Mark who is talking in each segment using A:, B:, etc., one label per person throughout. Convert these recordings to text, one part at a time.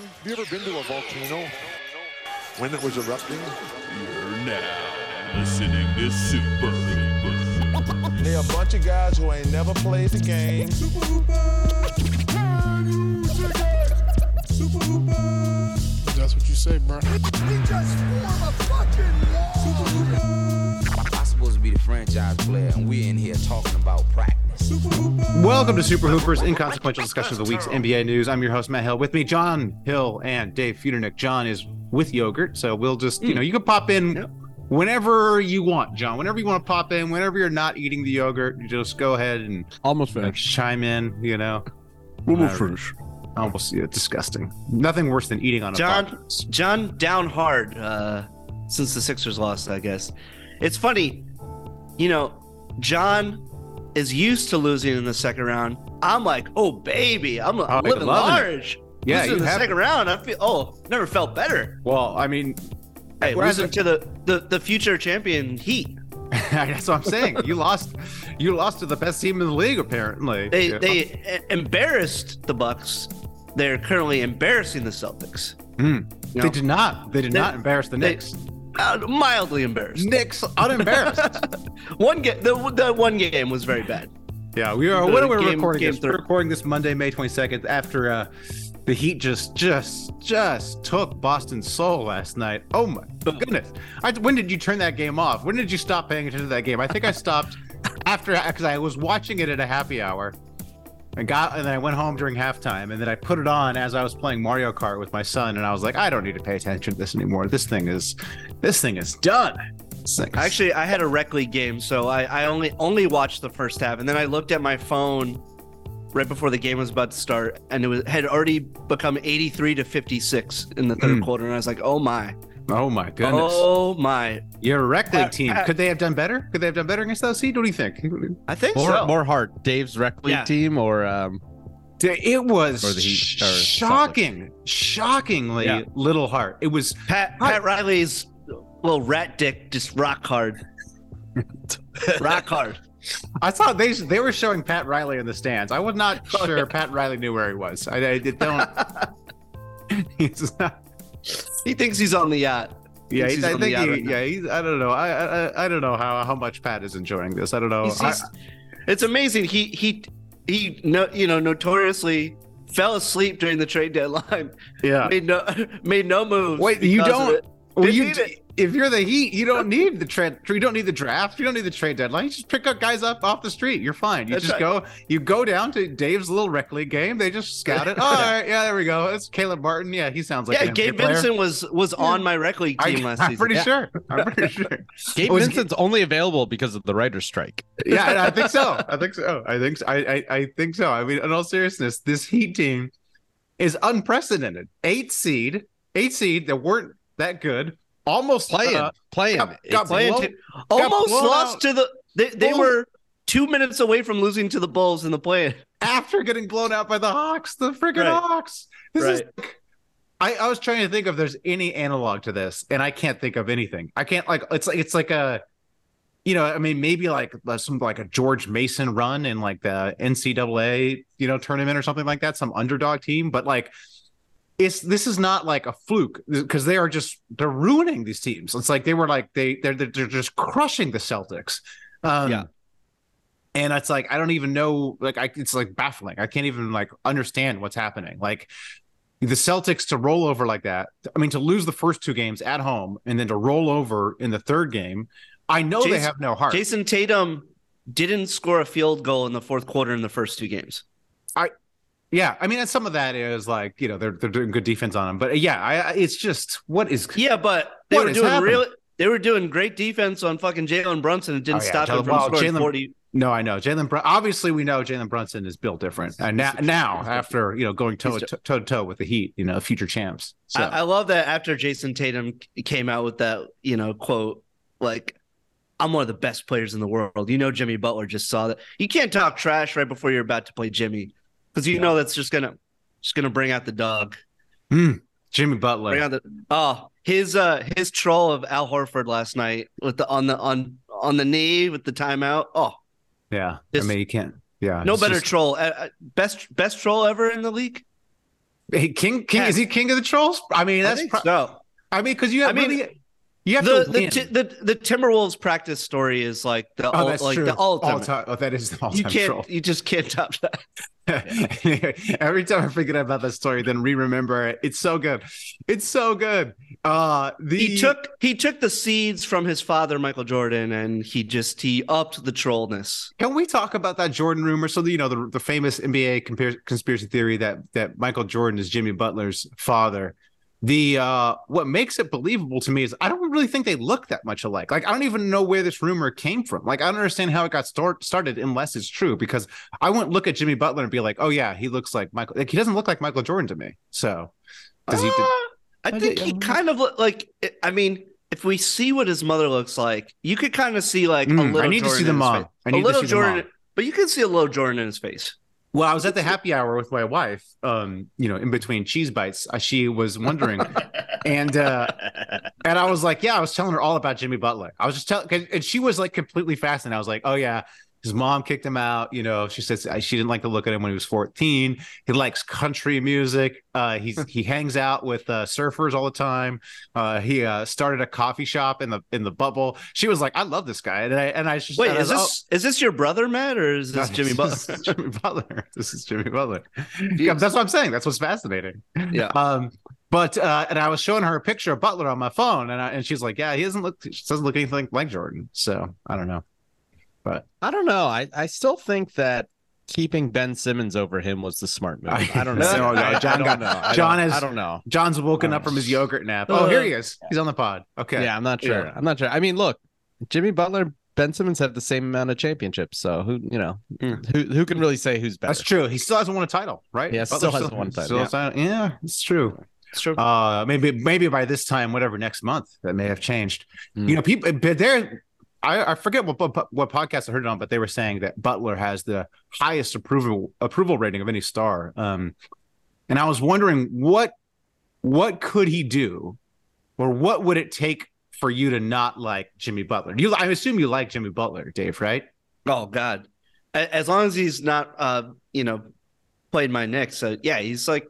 A: Have you ever been to a volcano when it was erupting?
B: You're now listening to Super Hooper.
C: They're a bunch of guys who ain't never played the game.
D: Super Hooper! Can you dig it? Super Hooper!
E: That's what you say, bro.
D: We just form a fucking wall! Super Hooper!
F: I'm supposed to be the franchise player, and we're in here talking about practice.
G: Welcome to Super Hooper's inconsequential discussion of the week's NBA news. I'm your host Matt Hill. With me, John Hill and Dave Futernick. John is with yogurt, so we'll just you know you can pop in whenever you want, John. Whenever you want to pop in, whenever you're not eating the yogurt, you just go ahead and
H: Almost
G: you know,
H: finished.
G: chime in. You know,
H: We will finish.
G: almost yeah, disgusting. Nothing worse than eating on a
I: John,
G: podcast.
I: John down hard uh, since the Sixers lost. I guess it's funny, you know. John is used to losing in the second round. I'm like, oh baby, I'm
G: Oh, you're
I: living
G: loving it.
I: large.
G: Yeah,
I: losing
G: you
I: in the
G: have-
I: second round. I feel oh, never felt better.
G: Well, I mean,
I: Hey,
G: Whereas-
I: losing to the, the the future champion Heat.
G: that's what I'm saying. You lost. You lost to the best team in the league, apparently.
I: They
G: You know?
I: they e- embarrassed the Bucks. They're currently embarrassing the Celtics.
G: Mm. They did not. They did
I: They-
G: not embarrass the
I: they-
G: Knicks. Mm.
I: Uh, mildly embarrassed.
G: Knicks unembarrassed.
I: One game, the, the one game was very bad.
G: yeah, we are.
I: The
G: When are we
I: game-
G: recording
I: game
G: this? We're
I: three.
G: recording this Monday, May twenty second, after uh, the Heat just, just, just took Boston's soul last night. Oh my goodness! I, when did you turn that game off? When did you stop paying attention to that game? I think I stopped after because I was watching it at a happy hour. And got and then I went home during halftime, and then I put it on as I was playing Mario Kart with my son, and I was like, I don't need to pay attention to this anymore. This thing is, this thing is done. This thing is-
I: Actually, I had a rec league game, so I, I only only watched the first half, and then I looked at my phone right before the game was about to start, and it was, had already become 83 to 56 in the third
G: Mm.
I: quarter, and I was like, "Oh my,
G: oh my goodness.
I: oh my!"
G: Your rec
I: Uh,
G: league team.
I: uh,
G: Could they have done better? Could they have done better against those seed? What do you think?
I: I think
H: More,
I: so.
H: more heart. Dave's rec league
I: Yeah.
H: team or um,
G: It was
H: Or the Heat, or
G: shocking, shockingly
H: Yeah.
G: little heart. It was
I: Pat Pat Riley's little rat dick just rock hard, rock hard.
G: I saw they they were showing Pat Riley in the stands. I was not sure Pat Riley knew where he was. I, I don't. he's not.
I: He thinks he's on the yacht.
G: Yeah,
I: Thinks he's
G: I
I: on the
G: think.
I: yacht
G: He,
I: right now.
G: yeah, he's, I don't know. I, I I- I don't know how how much Pat is enjoying this. I don't know.
I: He's-
G: Oh, I-
I: he's- it's amazing. He he he. No, you know, notoriously fell asleep during the trade deadline.
G: yeah.
I: made no made no moves.
G: Wait, you
I: because of
G: don't-
I: it.
G: Well,
I: Didn't
G: you,
I: need it.
G: if you're the Heat, you don't need the trade. You don't need the draft. You don't need the trade deadline. You just pick up guys up off the street. You're fine. You
I: That's
G: just
I: right.
G: go. You go down to Dave's little rec league game. They just scout it. All right, yeah, there we go. It's Caleb Martin. Yeah, he sounds like
I: yeah,
G: an NBA
I: Gabe
G: player.
I: Benson was was on my rec league
G: I,
I: team last
G: I'm
I: season.
G: pretty
I: Yeah.
G: sure. I'm pretty sure.
H: Gabe
G: was-
H: Vincent's only available because of the writer's strike.
G: Yeah, and I think so. I think so. I think so. I, I I think so. I mean, in all seriousness, this Heat team is unprecedented. Eight seed, eight seed that weren't that good. Almost
H: Playing,
G: uh,
H: playing.
G: got- got
H: It's-
G: blown-
I: playing Almost
G: blown
I: lost
G: out.
I: to the they, they
G: Bulls-
I: were two minutes away from losing to the Bulls in the play.
G: after getting blown out by the Hawks, the freaking
I: Right.
G: Hawks. This is. I, I was trying to think if there's any analog to this, and I can't think of anything. I can't like it's like it's like a, you know, I mean maybe like uh, some like a George Mason run in like the NCAA you know tournament or something like that, some underdog team, but like. It's this is not like a fluke because they are just they're ruining these teams. It's like they were like they they're they're they're just crushing the Celtics. Um,
H: Yeah.
G: and it's like i don't even know like I, it's like baffling i can't even like understand what's happening like the celtics to roll over like that i mean to lose the first two games at home and then to roll over in the third game i know they
I: Jason-
G: have no heart
I: Jason Tatum didn't score a field goal in the fourth quarter in the first two games.
G: yeah i mean and some of that is like you know they're, they're doing good defense on him but uh, yeah I, I it's just what is
I: Yeah, but they
G: What
I: were
G: is
I: doing
G: happening?
I: really they were doing great defense on fucking Jalen Brunson and didn't
G: Oh, yeah,
I: stop
G: Jalen-
I: him from
G: wow,
I: scoring
G: Jalen-
I: forty.
G: no i know jalen Brun- obviously we know jalen brunson is built different and now now after you know going toe to toe to toe with the heat you know future champs so
I: I, I love that after Jason Tatum came out with that, you know, quote, like, I'm one of the best players in the world. You know, Jimmy Butler just saw that. You can't talk trash right before you're about to play Jimmy because you know that's just going to. Just gonna bring out the dog.
G: jimmy butler
I: Bring out the oh his uh his troll of Al Horford last night with the on the on on the knee with the timeout. Oh,
G: yeah
I: This-
G: i mean you can't yeah
I: no
G: it's
I: better
G: just-
I: troll. Uh, uh, best best troll ever in the league.
G: Hey, King, King, is he king of the trolls? I mean,
I: I
G: that's.
I: think
G: pro-
I: so.
G: I mean, because you have
I: I mean,
G: really, you have
I: The
G: to
I: the,
G: win.
I: t- the the Timberwolves practice story is like the
G: oh,
I: ul-
G: that's
I: like
G: true.
I: the ultimate.
G: All-time- oh, that is the all-time
I: you can't.
G: troll.
I: You just can't top that.
G: Every time I forget about that story, then re-remember it. It's so good. It's so good. Uh the
I: he took he took the seeds from his father Michael Jordan and he just he upped the trollness.
G: Can we talk about that Jordan rumor? So you know the, the famous NBA compar- conspiracy theory that that Michael Jordan is Jimmy Butler's father. The uh, what makes it believable to me is I don't really think they look that much alike. Like I don't even know where this rumor came from. Like I don't understand how it got start- started unless it's true because I wouldn't look at Jimmy Butler and be like, oh yeah, he looks like Michael. Like he doesn't look like Michael Jordan to me. So does he?
I: Uh,
G: do-
I: I
G: I
I: think
G: did-
I: he kind of look like I mean if we see what his mother looks like, you could kind of see like
G: Mm,
I: a
G: I
I: little.
G: need to
I: Jordan
G: see the
I: in his
G: mom.
I: face.
G: I need
I: a
G: to
I: little
G: see the
I: Jordan,
G: mom.
I: but you can see a little Jordan in his face.
G: Well, I was at the happy hour with my wife. Um, you know, in between cheese bites, uh, she was wondering, and uh, and I was like, yeah, I was telling her all about Jimmy Butler. I was just telling, and she was like completely fascinated. I was like, oh yeah, his mom kicked him out. You know, she says uh, she didn't like to look at him when he was fourteen. He likes country music. Uh, he's
I: Hmm.
G: he hangs out with uh, surfers all the time. Uh, he uh, started a coffee shop in the in the bubble. She was like, I love this guy, and I and I was just
I: Wait,
G: and I
I: is
G: was, "Oh."
I: this is this your brother, Matt, or is this
G: No,
I: Jimmy
G: this
I: Butler?
G: is Jimmy Butler. This is Jimmy Butler. Yeah, that's what I'm saying. That's what's fascinating.
I: Yeah.
G: Um, but uh, and I was showing her a picture of Butler on my phone, and I, and she's like, "Yeah, he doesn't look. She doesn't look anything like Jordan." So I don't know.
H: I don't know. I, I still think that keeping Ben Simmons over him was the smart move.
G: I-
H: I, don't know.
G: No, no,
H: I, I
G: uh, John
H: don't
G: got-
H: know. I
G: John
H: don't-
G: is-
H: I don't know.
G: John's woken up
H: Oh.
G: from his yogurt nap. Oh, here he is. He's on the pod. Okay.
H: Yeah, I'm not sure.
G: Yeah.
H: I'm not sure. I mean, look, Jimmy Butler, Ben Simmons have the same amount of championships. So who you know
I: Mm.
H: who who can really say who's better?
G: Hmm. That's true. He still hasn't won a title, right?
H: Yeah,
G: Butler
H: still hasn't won a title,
G: still
H: yeah.
G: hasn't- yeah, it's true.
I: It's true.
G: uh maybe maybe by this time whatever next month that may have changed
H: Hmm.
G: you know people but there I, I forget what, what what podcast i heard it on but they were saying that butler has the highest approval approval rating of any star um and i was wondering what what could he do or what would it take for you to not like jimmy butler you i assume you like jimmy butler dave right
I: Oh God! A- As long as he's not, uh, you know, played my Knicks. So yeah, he's like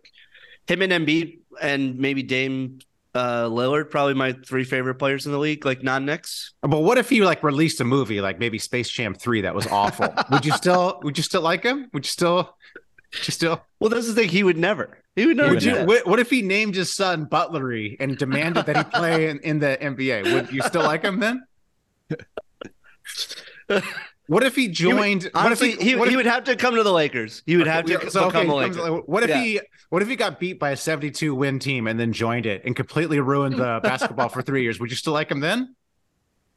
I: him and Embiid and maybe Dame uh, Lillard, probably my three favorite players in the league, like non-Knicks.
G: but what if he like released a movie like maybe space jam 3 that was awful would you still would you still like him would you still would you still
I: Well, that's the thing. He would never. He would never.
G: Would
I: do
G: you?
I: that.
G: What, what if he named his son Butlery and demanded that he play in, in the NBA? Would you still like him then? What if he joined? what if
I: Honestly, he,
G: what if-
I: he would have to come to the Lakers. He would have to
G: Yeah, so, okay,
I: become a
G: he comes-
I: Laker.
G: what if
I: Yeah.
G: he? What if he got beat by a seventy-two win team and then joined it and completely ruined the basketball for three years? Would you still like him then?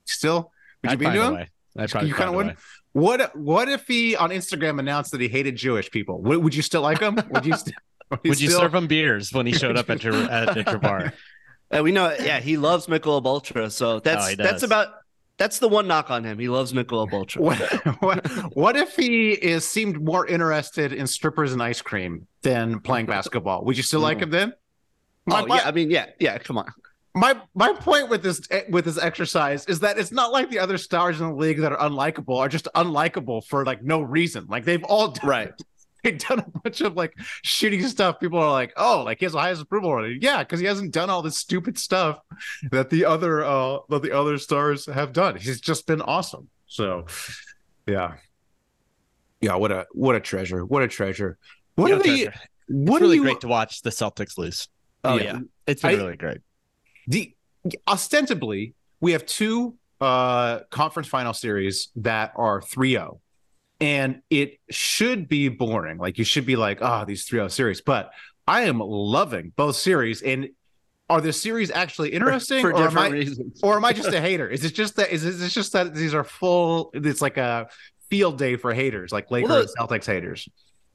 G: Still, would you
H: I'd
G: be
H: find
G: into
H: a
G: him?
H: way. I'd probably
G: You kinda
H: find a
G: would?
H: way.
G: What What if he on Instagram announced that he hated Jewish people? Would, would you still like him? Would you? St-
H: Would you
G: still-
H: serve him beers when he showed up at your at, at your bar?
I: And we know, yeah, he loves Michelob Ultra. So that's
H: he does.
I: that's about that's the one knock on him. He loves Michelob Ultra.
G: what, what what if he is seemed more interested in strippers and ice cream than playing basketball? Would you still like him then? My,
I: Mm. Oh,
G: my,
I: yeah, I mean, yeah, yeah. Come on.
G: my my point with this eh, with this exercise is that it's not like the other stars in the league that are unlikable are just unlikable for like no reason. Like they've all done,
I: Right.
G: they've done a bunch of like shitty stuff. People are like, oh, like he has the highest approval rating. Yeah, because he hasn't done all this stupid stuff that the other uh that the other stars have done. He's just been awesome. So yeah. Yeah, what a what a treasure. What a treasure. What
H: Yeah,
G: are they
H: treasure. It's
G: what
H: really
G: are you
H: great to watch the Celtics lose.
I: Oh
H: Yeah.
I: yeah.
H: It's been
G: I-
H: really great.
G: the ostensibly we have two uh conference final series that are 3-0 and it should be boring like you should be like ah these 3-0 series but i am loving both series and are the series actually interesting
I: For
G: or, am
I: different
G: I,
I: reasons.
G: or am i just a hater is it just that is it- it's just that these are full it's like a field day for haters like lakers
I: Well,
G: and celtics haters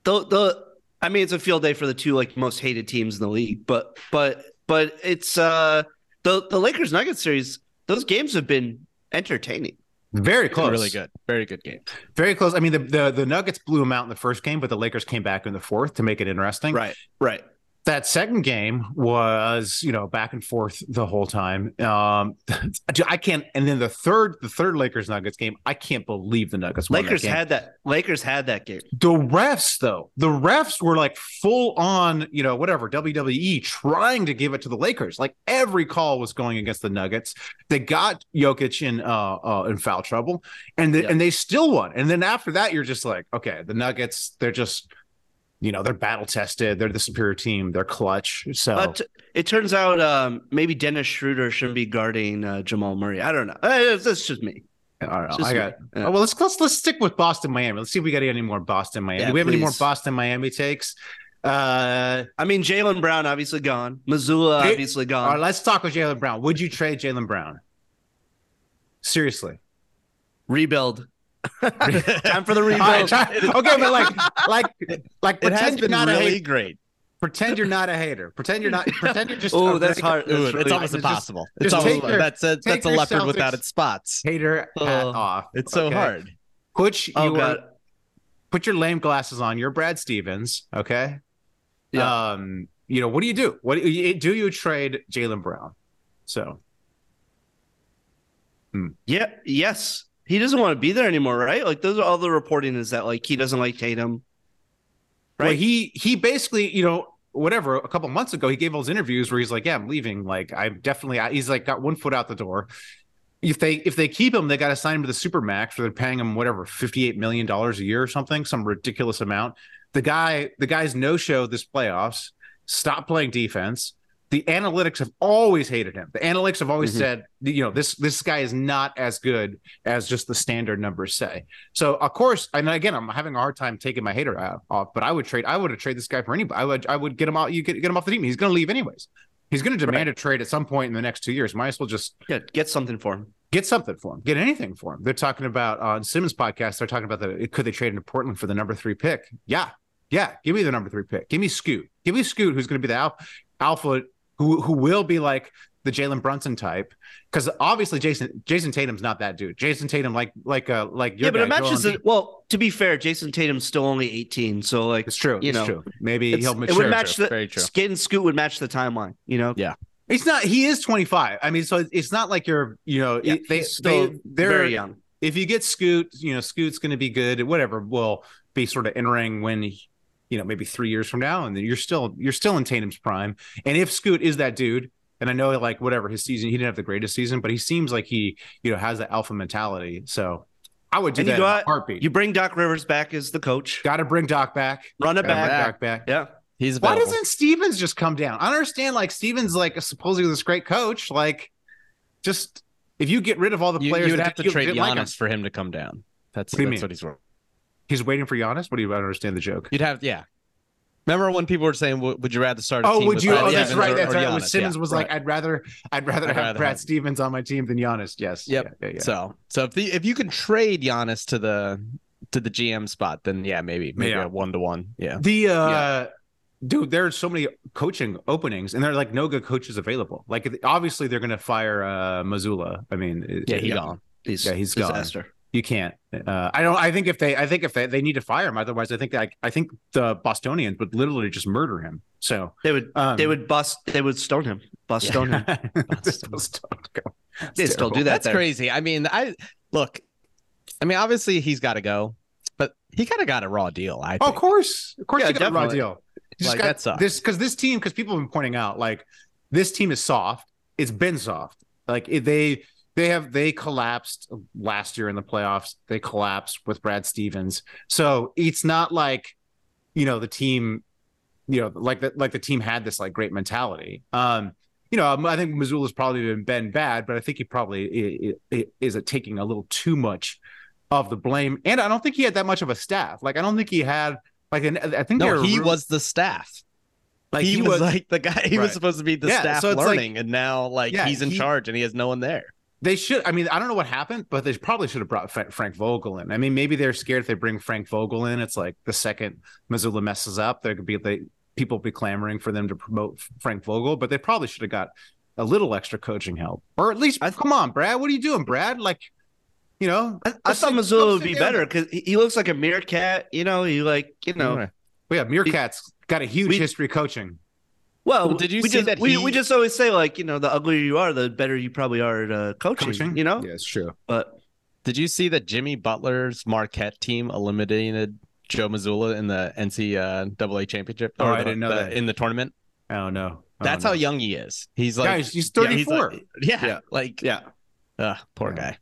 I: the the I mean it's a field day for the two like most hated teams in the league, but but but it's uh the the Lakers Nuggets series, those games have been entertaining.
G: very
H: It's been
G: close
H: Really good. Very good game.
G: very close i mean the, the the nuggets blew them out in the first game but the lakers came back in the fourth to make it interesting
I: Right, right.
G: that second game was you know back and forth the whole time. Um, dude, I can't. And then the third, the third Lakers Nuggets game, I can't believe the Nuggets. won that
I: Lakers
G: game.
I: had that. Lakers had that game.
G: the refs though. The refs were like full on, you know, whatever WWE trying to give it to the Lakers. Like every call was going against the Nuggets. They got Jokic in uh, uh in foul trouble, and the,
I: Yeah.
G: and they still won. And then after that, you're just like, okay, the Nuggets, they're just. You know they're battle tested. They're the superior team. They're clutch. So
I: But it turns out um, maybe Dennis Schroeder shouldn't be guarding uh, Jamal Murray. I don't know. Uh, it's, it's just me.
G: I don't know.
I: It's just
G: I got.
I: me. Yeah.
G: Oh, well, let's let's let's stick with Boston, Miami. Let's see if we got any more Boston, Miami.
I: Yeah,
G: Do we have any more
I: please.
G: Boston, Miami takes? Uh,
I: I mean, Jalen Brown obviously gone. Missoula
G: Hey,
I: obviously
G: all right,
I: gone.
G: let's talk with Jalen Brown. Would you trade Jalen Brown? Seriously.
I: Rebuild. Time for the
G: All right,
I: rebuild.
G: try- okay, but like, like, like,
H: It has
G: pretend you're
H: been
G: not a
H: really
G: hater.
H: great.
G: pretend you're not a hater. Pretend you're not. Pretend you're just.
I: oh,
G: a
I: that's
G: reg-
I: hard.
H: Ooh,
I: That's
H: it's
I: really-
H: almost
G: Uh, just-
H: impossible.
G: just
H: it's almost
G: take your-
H: that's a that's a
G: your
H: leopard
G: Celtics.
H: without its spots.
G: Hater hat
I: Oh.
G: off.
H: It's so
G: Okay.
H: hard.
G: Put your
I: Oh, God.
G: put your lame glasses on. You're Brad Stevens. Okay.
I: Yeah.
G: Um. You know what do you do? What do you, do you trade Jalen Brown? So
I: Yeah. Yes. He doesn't want to be there anymore, right? Like, those are all the reporting is that, like, he doesn't like Tatum.
G: right.
I: Right.
G: he he basically you know whatever a couple months ago he gave all those interviews where he's like yeah I'm leaving like I'm definitely I, he's like got one foot out the door. If they if they keep him, they got to sign him to the supermax, or they're paying him whatever fifty eight million dollars a year or something, some ridiculous amount. The guy the guy's no show this playoffs. Stop playing defense. The analytics have always hated him. The analytics have always
H: Mhm.
G: said, you know, this this guy is not as good as just the standard numbers say. So of course, and again, I'm having a hard time taking my hater out- off, but I would trade. I would have traded this guy for anybody. I would I would get him out. You get, get him off the team. He's going to leave anyways. He's going to demand a trade at some point in the next two years. Might as well just
I: Yeah. Get something for him.
G: get something for him. Get anything for him. They're talking about on Simmons podcast. They're talking about the could they trade into Portland for the number three pick? Yeah, yeah. Give me the number three pick. Give me Scoot. Give me Scoot, who's going to be the alpha, alpha who who will be like the Jalen Brunson type. Because obviously Jason Jason Tatum's not that dude. Jason Tatum like like uh like your
I: yeah, but
G: guy,
I: imagine.
G: Joel Embiid.
I: well, to be fair, Jason Tatum's still only 18. So, like,
G: It's true.
I: you
G: it's
I: know,
G: true. Maybe
I: it's-
G: he'll
I: it would
G: mature.
I: match the
H: Very true.
I: skin scoot would match the timeline, you know?
G: It's not. He is 25. I mean, so it's- it's not like you're. You know,
I: Yeah,
G: it- they
I: he's still
G: they they're
I: very young.
G: if you get Scoot, you know, Scoot's going to be good. Whatever will be sort of entering when, he- you know, maybe three years from now, and then you're still you're still in Tatum's prime. And if Scoot is that dude, and I know like whatever his season, he didn't have the greatest season, but he seems like he you know has that alpha mentality. So I would do
I: And you
G: that in a
I: got-
G: heartbeat.
I: You
G: You
I: bring Doc Rivers back as the coach.
G: got to bring Doc back.
I: Run it
G: Gotta bring
I: back.
G: Doc back.
I: Yeah.
H: He's
G: Why
H: available.
G: doesn't Stevens just come down? I don't understand. Like Stevens, like supposedly this great coach, like just if you get rid of all the
H: you,
G: players,
H: you would
G: that
H: have to
G: you
H: trade
G: didn't like
H: Giannis
G: him-
H: for him to come down. That's,
G: What do you
H: that's
G: mean?
H: what he's worth.
G: he's waiting for Giannis. What do you? I don't understand the joke.
H: You'd have yeah. Remember when people were saying, "Would would you rather start?" A
G: Oh,
H: team
G: would
H: with
G: you?
H: Brad
G: Oh,
I: yeah,
G: that's
H: Stevens
G: right.
H: or-
G: That's
H: or
G: right. When
H: Giannis?
G: Simmons
H: Yeah,
G: was like,
H: right.
G: "I'd rather, I'd rather
H: I'd
G: have
H: rather
G: Brad
H: have-
G: Stevens on my team than Giannis." Yes.
H: Yep.
G: Yeah, yeah, yeah.
H: "So, so if the if you can trade Giannis to the to the GM spot, then yeah, maybe maybe
G: Yeah.
H: a one to one, yeah."
G: The uh, dude, there are so many coaching openings, and there are like no good coaches available. Like obviously, they're gonna fire uh, Missoula. I mean, it-
H: Yeah, he
G: it-
H: gone.
I: He's,
G: Yeah, he's gone.
I: disaster.
G: You can't. Uh, I don't. I think if they, I think if they, they need to fire him. Otherwise, I think I, I think the Bostonians would literally just murder him. So
I: They would
G: um,
I: they would bust they would stone him. Bust stone him.
G: Just don't go. It's
I: They still
G: terrible.
I: do that.
H: That's
I: there.
H: crazy. I mean, I look. I mean, obviously he's got to go, but he kind of got a raw deal. I
G: Oh,
H: think.
G: of course, of course,
I: Yeah,
G: you got a raw
I: definitely.
G: deal. You just
H: Like,
G: got
H: that sucks.
G: This because this team because people have been pointing out like this team is soft. It's been soft. Like it, they they have they collapsed last year in the playoffs. They collapsed with Brad Stevens. So it's not like you know the team, you know like the, like the team had this like great mentality. Um, you know I think Missoula's probably been, been bad, but I think he probably i- i- is it taking a little too much of the blame. And I don't think he had that much of a staff. Like I don't think he had like an I think there
H: No,
G: were
H: he
G: rum-
H: was the staff.
G: like
H: he, was, like the guy. He
G: Right.
H: was supposed to be the
G: Yeah,
H: staff
G: so it's like-
H: learning, and now like
G: Yeah,
H: he's in
G: he-
H: charge, and he has no one there.
G: they should. I mean, I don't know what happened, but they probably should have brought Fra- Frank Vogel in. I mean, maybe they're scared if they bring Frank Vogel in, it's like the second Missoula messes up, there could be they, people be clamoring for them to promote Frank Vogel. But they probably should have got a little extra coaching help, or at least come on, Brad, what are you doing, Brad? Like, you know,
I: I
G: just
I: thought
G: sit-
I: Missoula
G: just
I: would
G: sit
I: be
G: down.
I: better because he he looks like a meerkat. You know, he like you know
G: Well, yeah, Meerkat's got a huge
I: We-
G: history coaching.
I: Well,
H: Well, did you
I: we
H: see
I: just,
H: that
I: we,
H: he-
I: we just always say like you know the uglier you are, the better you probably are at uh, coaching,
G: Coaching?
I: You know,
F: Yeah, it's true.
I: but
H: Did you see that Jimmy Butler's Marquette team eliminated Joe Missoula in the uh, NCAA championship?
G: Oh,
H: Or
G: I
H: the-
G: didn't know
H: the-
G: that.
H: In the tournament.
G: Oh no. Oh,
H: That's
G: no.
H: how young he is. He's like,
G: guys. He's
H: yeah,
G: 34.
H: he's like- yeah,
I: Yeah.
H: like,
I: yeah,
H: ugh, poor guy.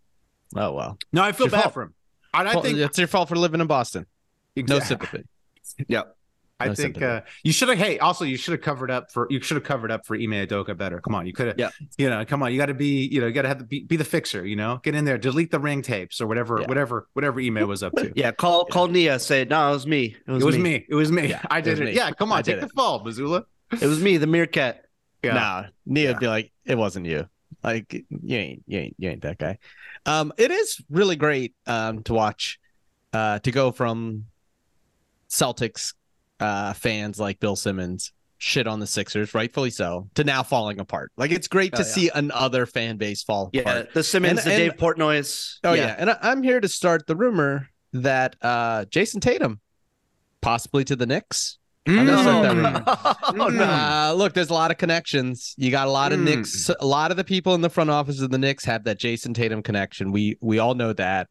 H: Oh well.
G: no, I feel
H: Your
G: bad
H: fault.
G: for him. And I
H: Well,
G: think
H: it's your fault for living in Boston. No sympathy.
G: I
H: No
G: think uh,
H: sympathy.
G: you should have. Hey, also you should have covered up for you should have covered up for Ime Adoka better. Come on, you could have.
I: Yeah.
G: You know, come on, you got to be. You know, you got to have the, be, be the fixer. You know, get in there, delete the ring tapes or whatever,
H: Yeah.
G: whatever, whatever Ime was up to.
I: yeah. Call call Nia. Say no, it was me. It was,
G: It was
I: me.
G: me. It was me.
H: Yeah,
G: I
H: it was
G: did it.
H: me.
G: Yeah, come on,
H: I did
G: take the
H: it.
G: fall, Missoula.
I: It was me, the meerkat.
G: Yeah.
H: Nah, Nia
G: Yeah.
H: would be like, it wasn't you. Like you ain't you ain't you ain't that guy. Um, it is really great um to watch, uh, to go from Celtics uh fans like Bill Simmons shit on the Sixers, rightfully so, to now falling apart. Like it's great
I: Oh,
H: to
I: yeah.
H: see another fan base fall
I: Yeah,
H: apart.
I: the Simmons,
H: And-
I: the
H: and-
I: Dave Portnoy's.
H: Oh yeah, and I, I'm here to start the rumor that uh Jason Tatum, possibly to the Knicks. I'm gonna start that rumor.
G: Oh, no.
H: Uh, look, there's a lot of connections. You got a lot of
G: Mm.
H: Knicks. A lot of the people in the front office of the Knicks have that Jason Tatum connection. We we all know that.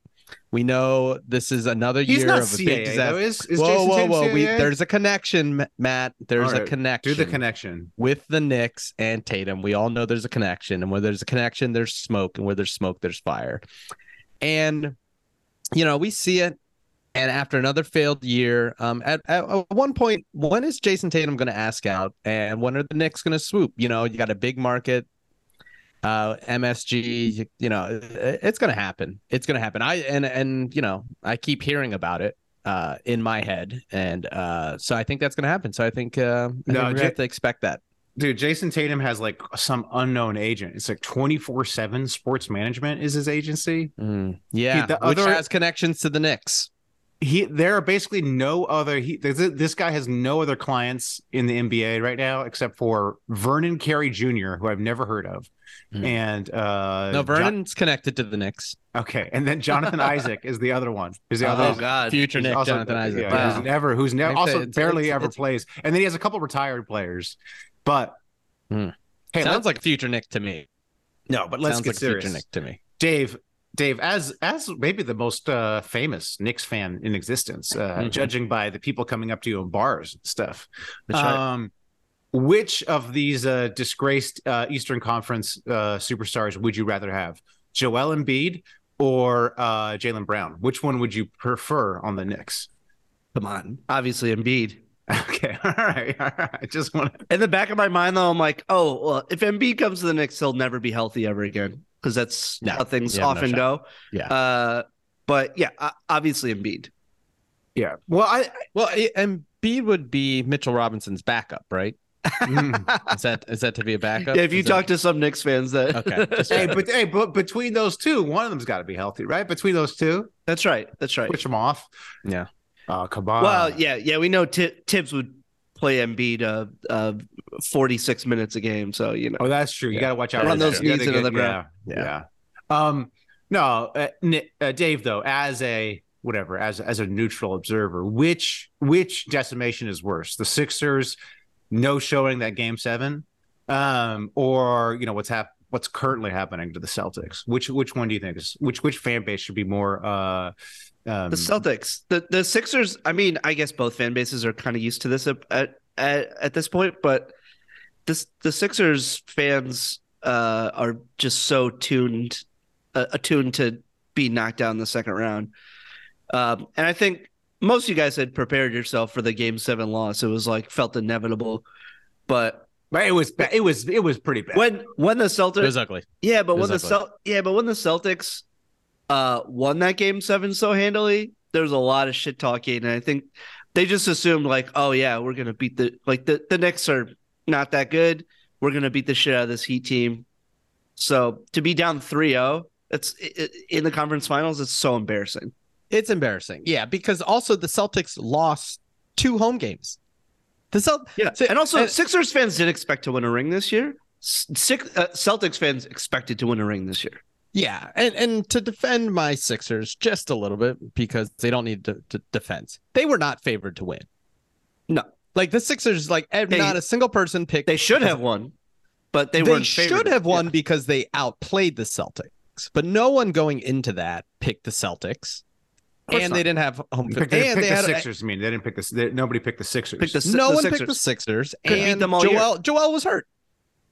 H: We know this is another
G: He's
H: year
G: not
H: of a big
G: CAA. Though.
H: disaster.
G: Is, is
H: whoa,
G: Jason
H: whoa,
G: Tatum
H: whoa! We,
G: CAA?
H: there's a connection, M- Matt. There's
G: All
H: a
G: right,
H: connection.
G: do the connection.
H: with the Knicks and Tatum. We all know there's a connection, and where there's a connection, there's smoke, and where there's smoke, there's fire. And you know, we see it. And after another failed year, um, at, at at one point, when is Jason Tatum going to ask out, and when are the Knicks going to swoop? You know, you got a big market, uh, MSG. You, you know, it- it's going to happen. It's going to happen. I and and you know, I keep hearing about it uh, in my head, and uh, so I think that's going to happen. So I think, uh, I
G: No,
H: think we
G: Ja-
H: have to expect that.
G: Dude, Jason Tatum has like some unknown agent. It's like 24 7 sports management is his agency.
H: Mm, yeah,
G: the
H: which
G: other-
H: has connections to the Knicks.
G: He there are basically no other he there's- this guy has no other clients in the NBA right now except for Vernon Carey Jr., who I've never heard of.
H: Hmm.
G: And uh
H: no,
G: Jo-
H: Vernon's connected to the Knicks.
G: okay. And then Jonathan Isaac is the other one. Is the
H: Oh,
G: other
I: God.
H: Future Knick,
G: Uh, also-
H: Jonathan Isaac.
G: yeah,
I: Wow.
G: who's never who's never
H: It's a-
G: also
H: it's-
G: barely
H: it's-
G: ever
H: it's-
G: plays. And then he has a couple retired players. But
H: Hmm.
G: hey, let's-
H: Sounds like Future Nick to me.
G: no, but let's
H: Sounds
G: get
H: like
G: serious.
H: Future Nick to me.
G: Dave, Dave, as as maybe the most uh, famous Knicks fan in existence, uh,
H: Mhm.
G: judging by the people coming up to you in bars and stuff.
H: That's right.
G: Um, which of these uh, disgraced uh, Eastern Conference uh, superstars would you rather have, Joel Embiid or uh, Jalen Brown? Which one would you prefer on the Knicks?
I: Come on. Obviously, Embiid.
G: Okay, all right, all right. I just want to.
I: In the back of my mind, though, I'm like, oh, well, if Embiid comes to the Knicks, he'll never be healthy ever again because that's
H: No,
I: how things
H: you have no
I: often
H: shot.
I: go.
H: Yeah.
I: Uh, but yeah, o- obviously Embiid.
G: Yeah. Well, I.
H: well, I- and Bede would be Mitchell Robinson's backup, right?
G: Mm.
H: Is that is that to be a backup?
I: Yeah, if you
H: Is
I: talk
H: that-
I: to some Knicks fans, that
H: Okay, just
G: hey, but hey, but between those two, one of them's got to be healthy, right? Between those two,
I: that's right. That's right.
G: switch them off.
H: Yeah.
G: Oh, come on.
I: well, yeah, yeah, we know Ti Tibbs would play Embiid uh, uh, 46 minutes a game, so you know.
G: Oh, that's true. You
H: Yeah.
G: got to watch out.
I: Run
G: for that.
I: those
G: You gotta
I: knees into
G: get-
I: the ground.
G: Yeah. yeah. Um, no, uh, Ni- uh, Dave. Though, as a whatever, as as a neutral observer, which which decimation is worse? The Sixers no showing that Game Seven, um, or you know what's hap- what's currently happening to the Celtics? Which which one do you think is which which fan base should be more? Uh, um,
I: The Celtics, the the Sixers. I mean, I guess both fan bases are kind of used to this at at, at at this point, but this the Sixers fans uh, are just so tuned uh, attuned to be knocked down in the second round, um, and I think most of you guys had prepared yourself for the Game Seven loss. It was like felt inevitable, but
G: but it was ba- it was it was pretty bad.
I: when when the
H: It
I: Celtics
H: was ugly.
I: yeah, but
H: It
I: when
H: was
I: the
H: ugly.
I: Cel- yeah, but when the Celtics uh won that game seven so handily, there's a lot of shit talking, and I think they just assumed like, oh yeah, we're gonna beat the like the the Knicks are not that good. We're gonna beat the shit out of this Heat team. So to be down 3-0, it's i i in the conference finals. It's so embarrassing.
H: It's embarrassing. Yeah, because also the Celtics lost two home games. The Celt-
I: Yeah,
H: So-
I: and also
H: and-
I: Sixers fans did expect to win a ring this year. S- Six uh, Celtics fans expected to win a ring this year.
H: Yeah, and and to defend my Sixers just a little bit because they don't need to, to defense. They were not favored to win.
I: No.
H: Like the Sixers, like ev-
I: They-
H: not a single person picked.
I: They should have won, but they,
H: they
I: weren't.
H: should
I: favored.
H: have won
I: Yeah.
H: because they outplayed the Celtics. But no one going into that picked the Celtics,
I: course
H: and
I: not.
H: they didn't have home
G: They
H: field.
G: picked, they
H: and
G: picked
H: they
G: the
H: had a-
G: Sixers. I mean, they didn't pick the. They, nobody picked the Sixers.
I: Pick the Si-
H: no
I: the
H: one
I: Sixers.
H: picked the Sixers,
I: Could beat
H: and
I: them all year.
H: Joel Joel was hurt.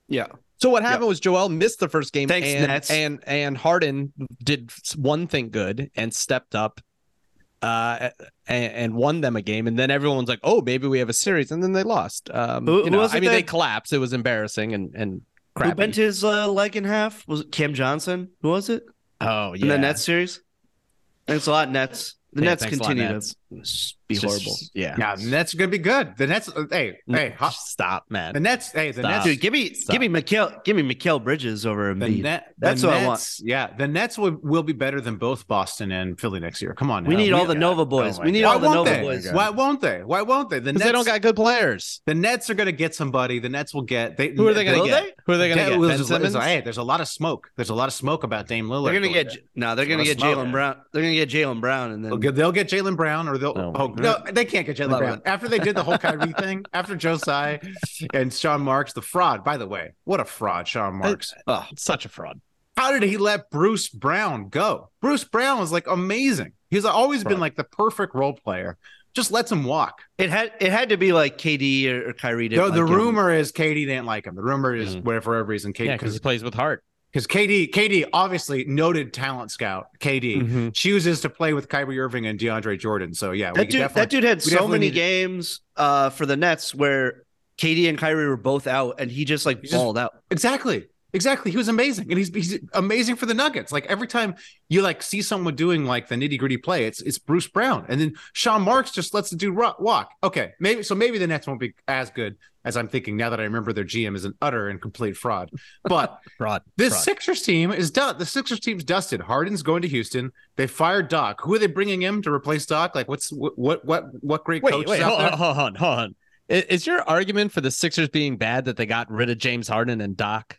I: Yeah,
H: So what happened was Joel missed the first game,
I: Thanks,
H: and,
I: Nets.
H: and and Harden did one thing good and stepped up, uh, and, and won them a game. And then everyone's like, "Oh, maybe we have a series," and then they lost. Um,
I: Who-
H: you
I: who
H: know,
I: was
H: I
I: it
H: mean, they
I: that-
H: collapsed. It was embarrassing and and
I: who
H: crappy.
I: bent his uh, leg in half? Was it Cam Johnson? Who was it
H: oh yeah,
I: in the Nets series? Thanks a lot, Nets. The
H: Yeah,
I: Nets
H: thanks a lot,
I: continue
H: Nets.
I: to s- be
H: It's just-
I: horrible.
H: Yeah,
G: Yeah, the Nets are gonna be good. The Nets. uh, Hey, hey, ho-
H: stop, man.
G: the Nets. Hey, the
H: Stop.
G: Nets.
I: Dude, give me
H: Stop.
I: give me Mikael give me Mikael Bridges over
G: The
I: Embiid.
G: net.
I: That's
G: the
I: what I want.
G: Nets, Yeah, the Nets will, will be better than both Boston and Philly next year. Come on,
I: we
G: now.
I: need all the
G: yeah.
I: Nova boys.
G: Oh my
I: we need
G: God.
I: all the
G: Why
I: Nova
G: won't
I: boys.
G: they? Why won't they? Why won't they? The
H: Because
G: Nets
H: they don't got good players.
G: the Nets are going to get somebody. The Nets will get. They,
H: Who are they going
I: Will
H: to get?
I: they?
H: Who are they going
G: That
H: to get?
G: was
H: Ben
G: just-
H: Simmons?
G: it's like, hey, there's a lot of smoke. There's a lot of smoke about Dame Lillard.
I: They're gonna
G: going
I: get no. They're gonna
G: Let's
I: get
G: smoke
I: Jalen
G: it.
I: Brown. They're gonna get Jalen Brown, and
G: They'll
I: then
G: get, they'll get Jalen Brown, or they'll.
H: Oh,
G: Oh,
H: my
G: no, they can't get Jalen
I: Love
G: Brown after they did the whole Kyrie thing. After Josiah and Sean Marks, the fraud. By the way, what a fraud, Sean Marks.
H: Such a fraud.
G: How did he let Bruce Brown go? Bruce Brown was like amazing. He's always been like the perfect role player. Just lets him walk.
I: it had it had to be like KD or, or Kyrie. didn't
G: Though the
I: like him. Mm-hmm.
G: rumor is Katie didn't like him. The rumor is
H: Mhm.
G: whatever, for whatever reason, Katie
H: Yeah, because he plays with heart.
G: because KD, KD, obviously noted talent scout, KD
I: Mm-hmm.
H: Mhm.
G: chooses to play with Kyrie Irving and DeAndre Jordan. So yeah,
I: That dude, that dude had
G: Mm-hmm. we
I: so
G: definitely
I: many
G: need to-
I: games uh, for the Nets where KD and Kyrie were both out, and he just like
G: He just-
I: balled out.
G: exactly, exactly. He was amazing, and he's he's amazing for the Nuggets. Like every time you like see someone doing like the nitty gritty play, it's it's Bruce Brown, and then Sean Marks just lets the dude ro- walk. Okay, maybe so maybe the Nets won't be as good as I'm thinking now that I remember their GM is an utter and complete fraud, but.
H: Fraud.
G: This
H: fraud.
G: Sixers team is done. The Sixers team's dusted. Harden's going to Houston. They fired Doc. Who are they bringing him to replace Doc? Like, what's what what what, what great
H: Wait,
G: coach
H: wait,
G: is out
H: hold
G: there?
H: on, hold on, hold on. I- Is your argument for the Sixers being bad that they got rid of James Harden and Doc?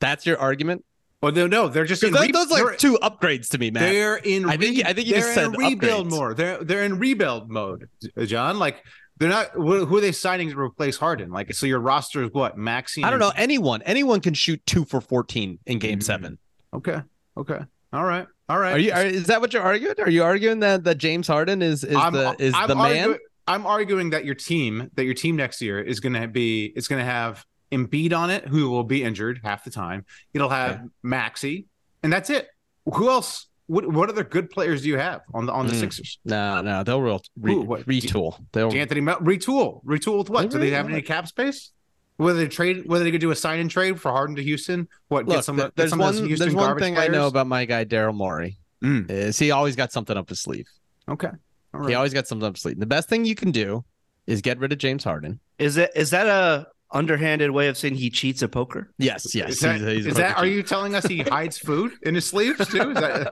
H: That's your argument.
G: Oh no, no, they're just
H: 'Cause
G: in
H: that-
G: re-
H: those are
G: they're-
H: like two upgrades to me, man.
G: They're in.
H: I think-
G: re-
H: I think you
G: they're
H: just
G: in
H: said
G: rebuild
H: upgrades.
G: more. They're they're in rebuild mode, John. Like they're not. Who who are they signing to replace Harden? Like so, your roster is what Maxine.
H: I don't know anyone. Anyone can shoot two for fourteen in Game
G: Mhm.
H: Seven.
G: Okay. Okay. All right. All right.
H: Are you? Are, is that what you're arguing? Are you arguing that that James Harden is is the is the man?
G: argu- I'm arguing that your team, that your team next year is going to be, it's going to have Embiid on it, who will be injured half the time. It'll have Maxi, and that's it. Who else? What what other good players do you have on the on the
H: Mm.
G: Sixers?
H: No, no, they'll re- re-
G: Ooh, what-
H: retool. They'll
G: D'Anthony Mel- retool, retool with what?
H: They
G: Do they
H: Oh. really
G: have
H: have
G: any
H: it.
G: cap space? Whether they trade, whether they could do a sign and trade for Harden to Houston, what?
H: look.
G: get some,
H: th-
G: get
H: there's
G: some of those
H: one.
G: Houston
H: There's one
G: garbage
H: thing I
G: players?
H: know about my guy Daryl Morey
G: Mm.
H: is he always got something up his sleeve.
G: Okay, all
H: He
G: right.
H: always got something up his sleeve. The best thing you can do is get rid of James Harden.
I: Is that is that a underhanded way of saying he cheats at poker?
H: Yes, yes.
G: is that,
H: he's- he's a
G: is that
H: poker
G: are
H: cheat.
G: you telling us he hides food in his sleeves too? Is that, uh,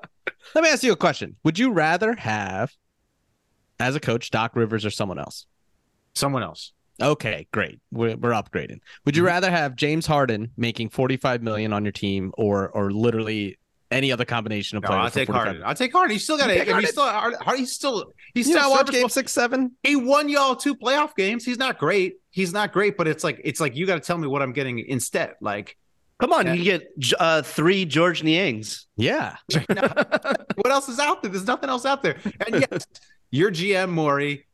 H: Let me ask you a question. Would you rather have, as a coach, Doc Rivers or someone else?
G: Someone else.
H: Okay, great. We're, we're upgrading. Would you rather have James Harden making 45 million on your team, or or literally any other combination of
G: No,
H: players?
G: I'll
H: for
G: take
H: 45
G: Harden. I'll take Harden. He's still got
H: You take
G: it. He's still Harden- He's still he's
H: You
G: still
H: not watch
G: serviceable.
H: game six seven?
G: He won y'all two playoff games. He's not great. He's not great, but it's like it's like you got to tell me what I'm getting instead. Like
I: Come on,
G: Yeah.
I: you get J- uh, three George Niangs.
H: Yeah.
G: what else is out there? There's nothing else out there. And yes, your GM Maury.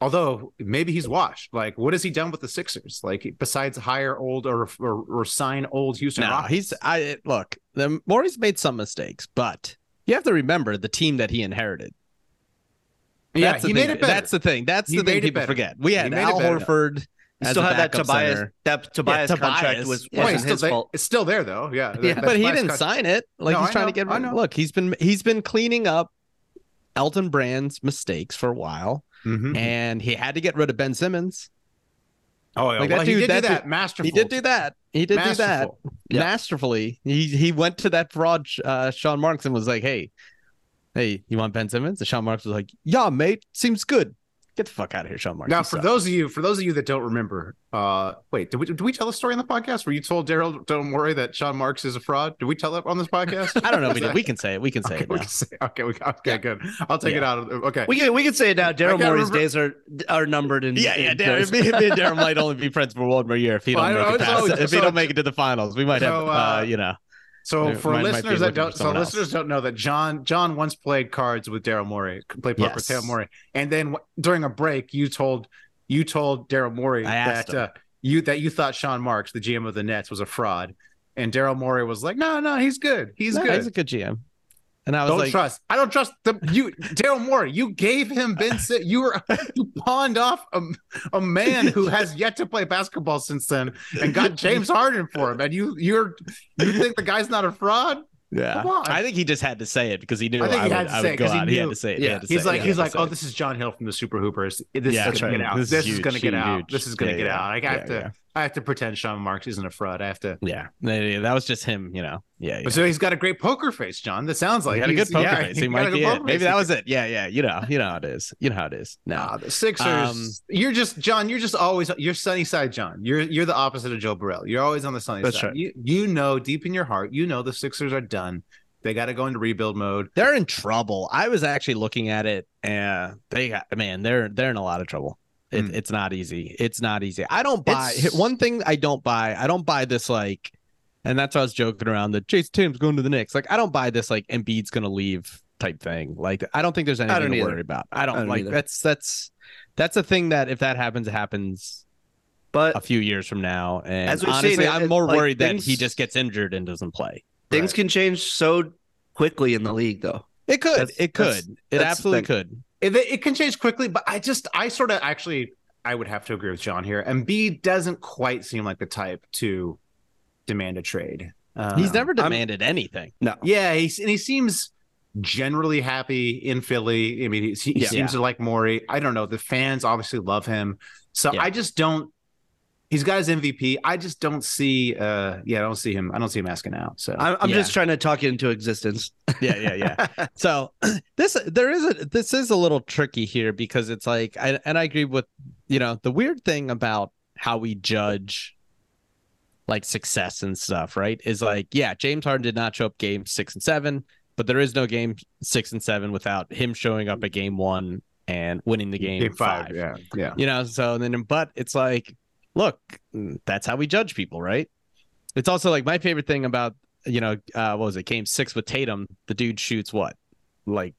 G: Although maybe he's washed. Like, what has he done with the Sixers? Like, besides hire old or or, or sign old Houston?
H: No,
G: Rockets?
H: he's I it- look. The Maury's made some mistakes, but you have to remember the team that he inherited.
G: yeah,
H: that's the
G: he
H: thing.
G: made it better.
H: That's the thing. That's
G: He
H: the thing
G: made it
H: people
G: better.
H: forget. We had
G: made it
H: Al
G: better.
H: Horford.
I: You
H: as
I: still
H: a
I: have that
H: backup
I: Tobias
H: center.
I: that Tobias, contract
H: Tobias.
I: was
H: Yeah.
G: Well,
I: wasn't
G: he's still
I: his
G: there-
I: fault.
G: it's still there though. Yeah,
I: Yeah.
G: That-
H: but he
G: that's
H: didn't
G: cut-
H: sign it. Like
G: No,
H: he's
G: I
H: trying
G: know,
H: to get
G: I
H: rid.
G: know.
H: Look, he's been he's been cleaning up Elton Brand's mistakes for a while,
G: Mhm.
H: and he had to get rid of Ben Simmons.
G: Oh, yeah.
H: Like, that
G: well,
H: dude-
G: he did
H: that
G: do
H: dude-
G: that. Masterful.
H: He did do that. He did do that
G: Masterful.
I: Yeah.
H: masterfully. He he went to that fraud. Uh, Sean Marks and was like, "Hey, hey, you want Ben Simmons?" And Sean Marks was like, "Yeah, mate, seems good." Get the fuck out of here, Sean Marks.
G: Now,
H: You
G: for
H: suck.
G: those of you, for those of you that don't remember, uh, wait, did we, did we tell the story on the podcast where you told Daryl, don't worry that Sean Marks is a fraud? Did we tell that on this podcast?
H: I don't know. if We, did. we can say it. We can say
G: okay,
H: it
G: we
H: now.
G: can say, okay, we, okay, good. I'll take it out of okay.
I: We can we can say it now. Daryl
G: can't
I: Morey's
G: remember-
I: days are are numbered in
H: Yeah, yeah.
I: in
H: Darren, me, me and Darren might only be friends for one more year if he
G: Well,
H: don't
G: I- I
H: make it
G: was
H: past.
G: always-
H: if he
G: so-
H: don't make it to the finals, we might have,
G: so,
H: uh,
G: uh,
H: you know.
G: So
H: There
G: for
H: might- might be
G: listeners
H: looking
G: that don't, so
H: for someone else.
G: listeners don't know that John John once played cards with Daryl Morey, played poker
H: Yes.
G: with Daryl Morey, and then w- during a break, you told you told Daryl Morey
H: I asked
G: that uh, you that you thought Sean Marks, the GM of the Nets, was a fraud, and Daryl Morey was like, "No, no, he's good, he's
H: No,
G: good.
H: He's a good GM. And I was
G: don't
H: like,
G: trust. I don't trust the you, Daryl Morey. You gave him Ben. Simmons. You were you pawned off a, a man who has yet to play basketball since then, and got James Harden for him, and you you're you think the guy's not a fraud?
H: yeah.
G: Come on.
H: I think he just had to say it because he knew I,
G: I think he
H: would,
G: had to say
H: I would
G: it
H: go
G: 'cause he
H: out. He, had
G: knew.
H: to say it. He
I: Yeah.
H: had to
G: He's
H: say it.
G: like
H: He
G: he's
H: had to
G: like,
H: say
G: oh,
H: it.
G: this is John Hill from the Super Hoopers. This
H: Yeah,
G: is
H: that's
G: gonna
H: right.
G: get out.
H: This is
G: This, is
H: huge,
G: gonna get out.
H: huge.
G: This is gonna
H: Yeah,
G: get
H: yeah.
G: out. Like, I
H: Yeah,
G: have to,
H: yeah.
G: I have to pretend Sean Marks isn't a fraud. I have to.
H: Yeah. Yeah, yeah, That was just him, you know. Yeah. yeah.
G: So he's got a great poker face, John. That sounds like
H: he had a good
G: he's-
H: poker
G: yeah,
H: face.
G: he's
H: He
G: got
H: might
G: a good
H: be
G: poker
H: it. Maybe
G: face.
H: that was it. Yeah, yeah. You know, you know how it is. You know how it is. No.
G: Nah, the Sixers.
H: Um,
G: you're just John. You're just always you're sunny side, John. You're you're the opposite of Joe Burrell. You're always on the sunny
H: That's
G: side.
H: right.
G: You you know deep in your heart, you know the Sixers are done. They got to go into rebuild mode.
H: They're in trouble. I was actually looking at it and they got man, they're they're in a lot of trouble. It,
G: Mm.
H: It's not easy. It's not easy. I don't buy
I: Hmm. It's-
H: one thing I don't buy. I don't buy this like and that's why I was joking around that Jason Tatum's going to the Knicks. Like I don't buy this like Embiid's gonna leave type thing. Like I don't think there's
I: don't
H: anything to
I: either.
H: worry about. I don't,
I: I don't
H: like
I: either.
H: that's that's that's a thing that if that happens, it happens
I: But
H: a few years from now. And
I: As we've
H: honestly,
I: seen, it-
H: I'm
I: it-
H: more
I: like,
H: worried
I: things-
H: that he just gets injured and doesn't play.
I: things can change so quickly in the league, though.
H: It could.
I: That's-
H: it could.
I: that's-
H: it
I: that's the
H: absolutely
I: thing.
H: could.
G: It, it can change quickly, but I just I sort of actually I would have to agree with John here. Embiid doesn't quite seem like the type to demand a trade. Um,
H: He's never
I: I'm-
H: demanded anything.
I: No,
G: Yeah, he's, and he seems generally happy in Philly. I mean, he, he
I: Yeah.
G: seems to like Maury. I don't know. The fans obviously love him. So
H: Yeah.
G: I just don't. He's got his MVP. I just don't see. uh Yeah, I don't see him. I don't see him asking out. So
I: I'm, I'm
H: Yeah.
I: just trying to talk it into existence.
H: yeah yeah yeah so this there is a this is a little tricky here because it's like I, and i agree with you know the weird thing about how we judge like success and stuff right is like yeah james harden did not show up game six and seven but there is no game six and seven without him showing up at game one and winning the game,
G: game five. Yeah, yeah.
H: you know so and then but it's like look that's how we judge people right it's also like my favorite thing about you know uh what was it game six with tatum the dude shoots what like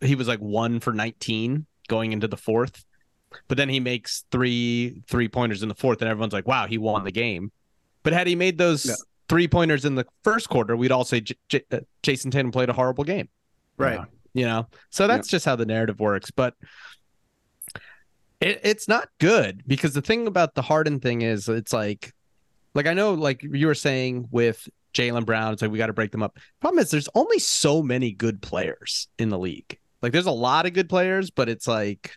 H: he was like one for 19 going into the fourth but then he makes three three pointers in the fourth and everyone's like wow he won the game but had he made those
I: Yeah.
H: three pointers in the first quarter we'd all say J- J- uh, jason tatum played a horrible game
I: Right.
G: Yeah.
H: you know so that's just how the narrative works but it, it's not good because the thing about the harden thing is it's like like i know like you were saying with jalen brown it's like we got to break them up problem is there's only so many good players in the league like there's a lot of good players but it's like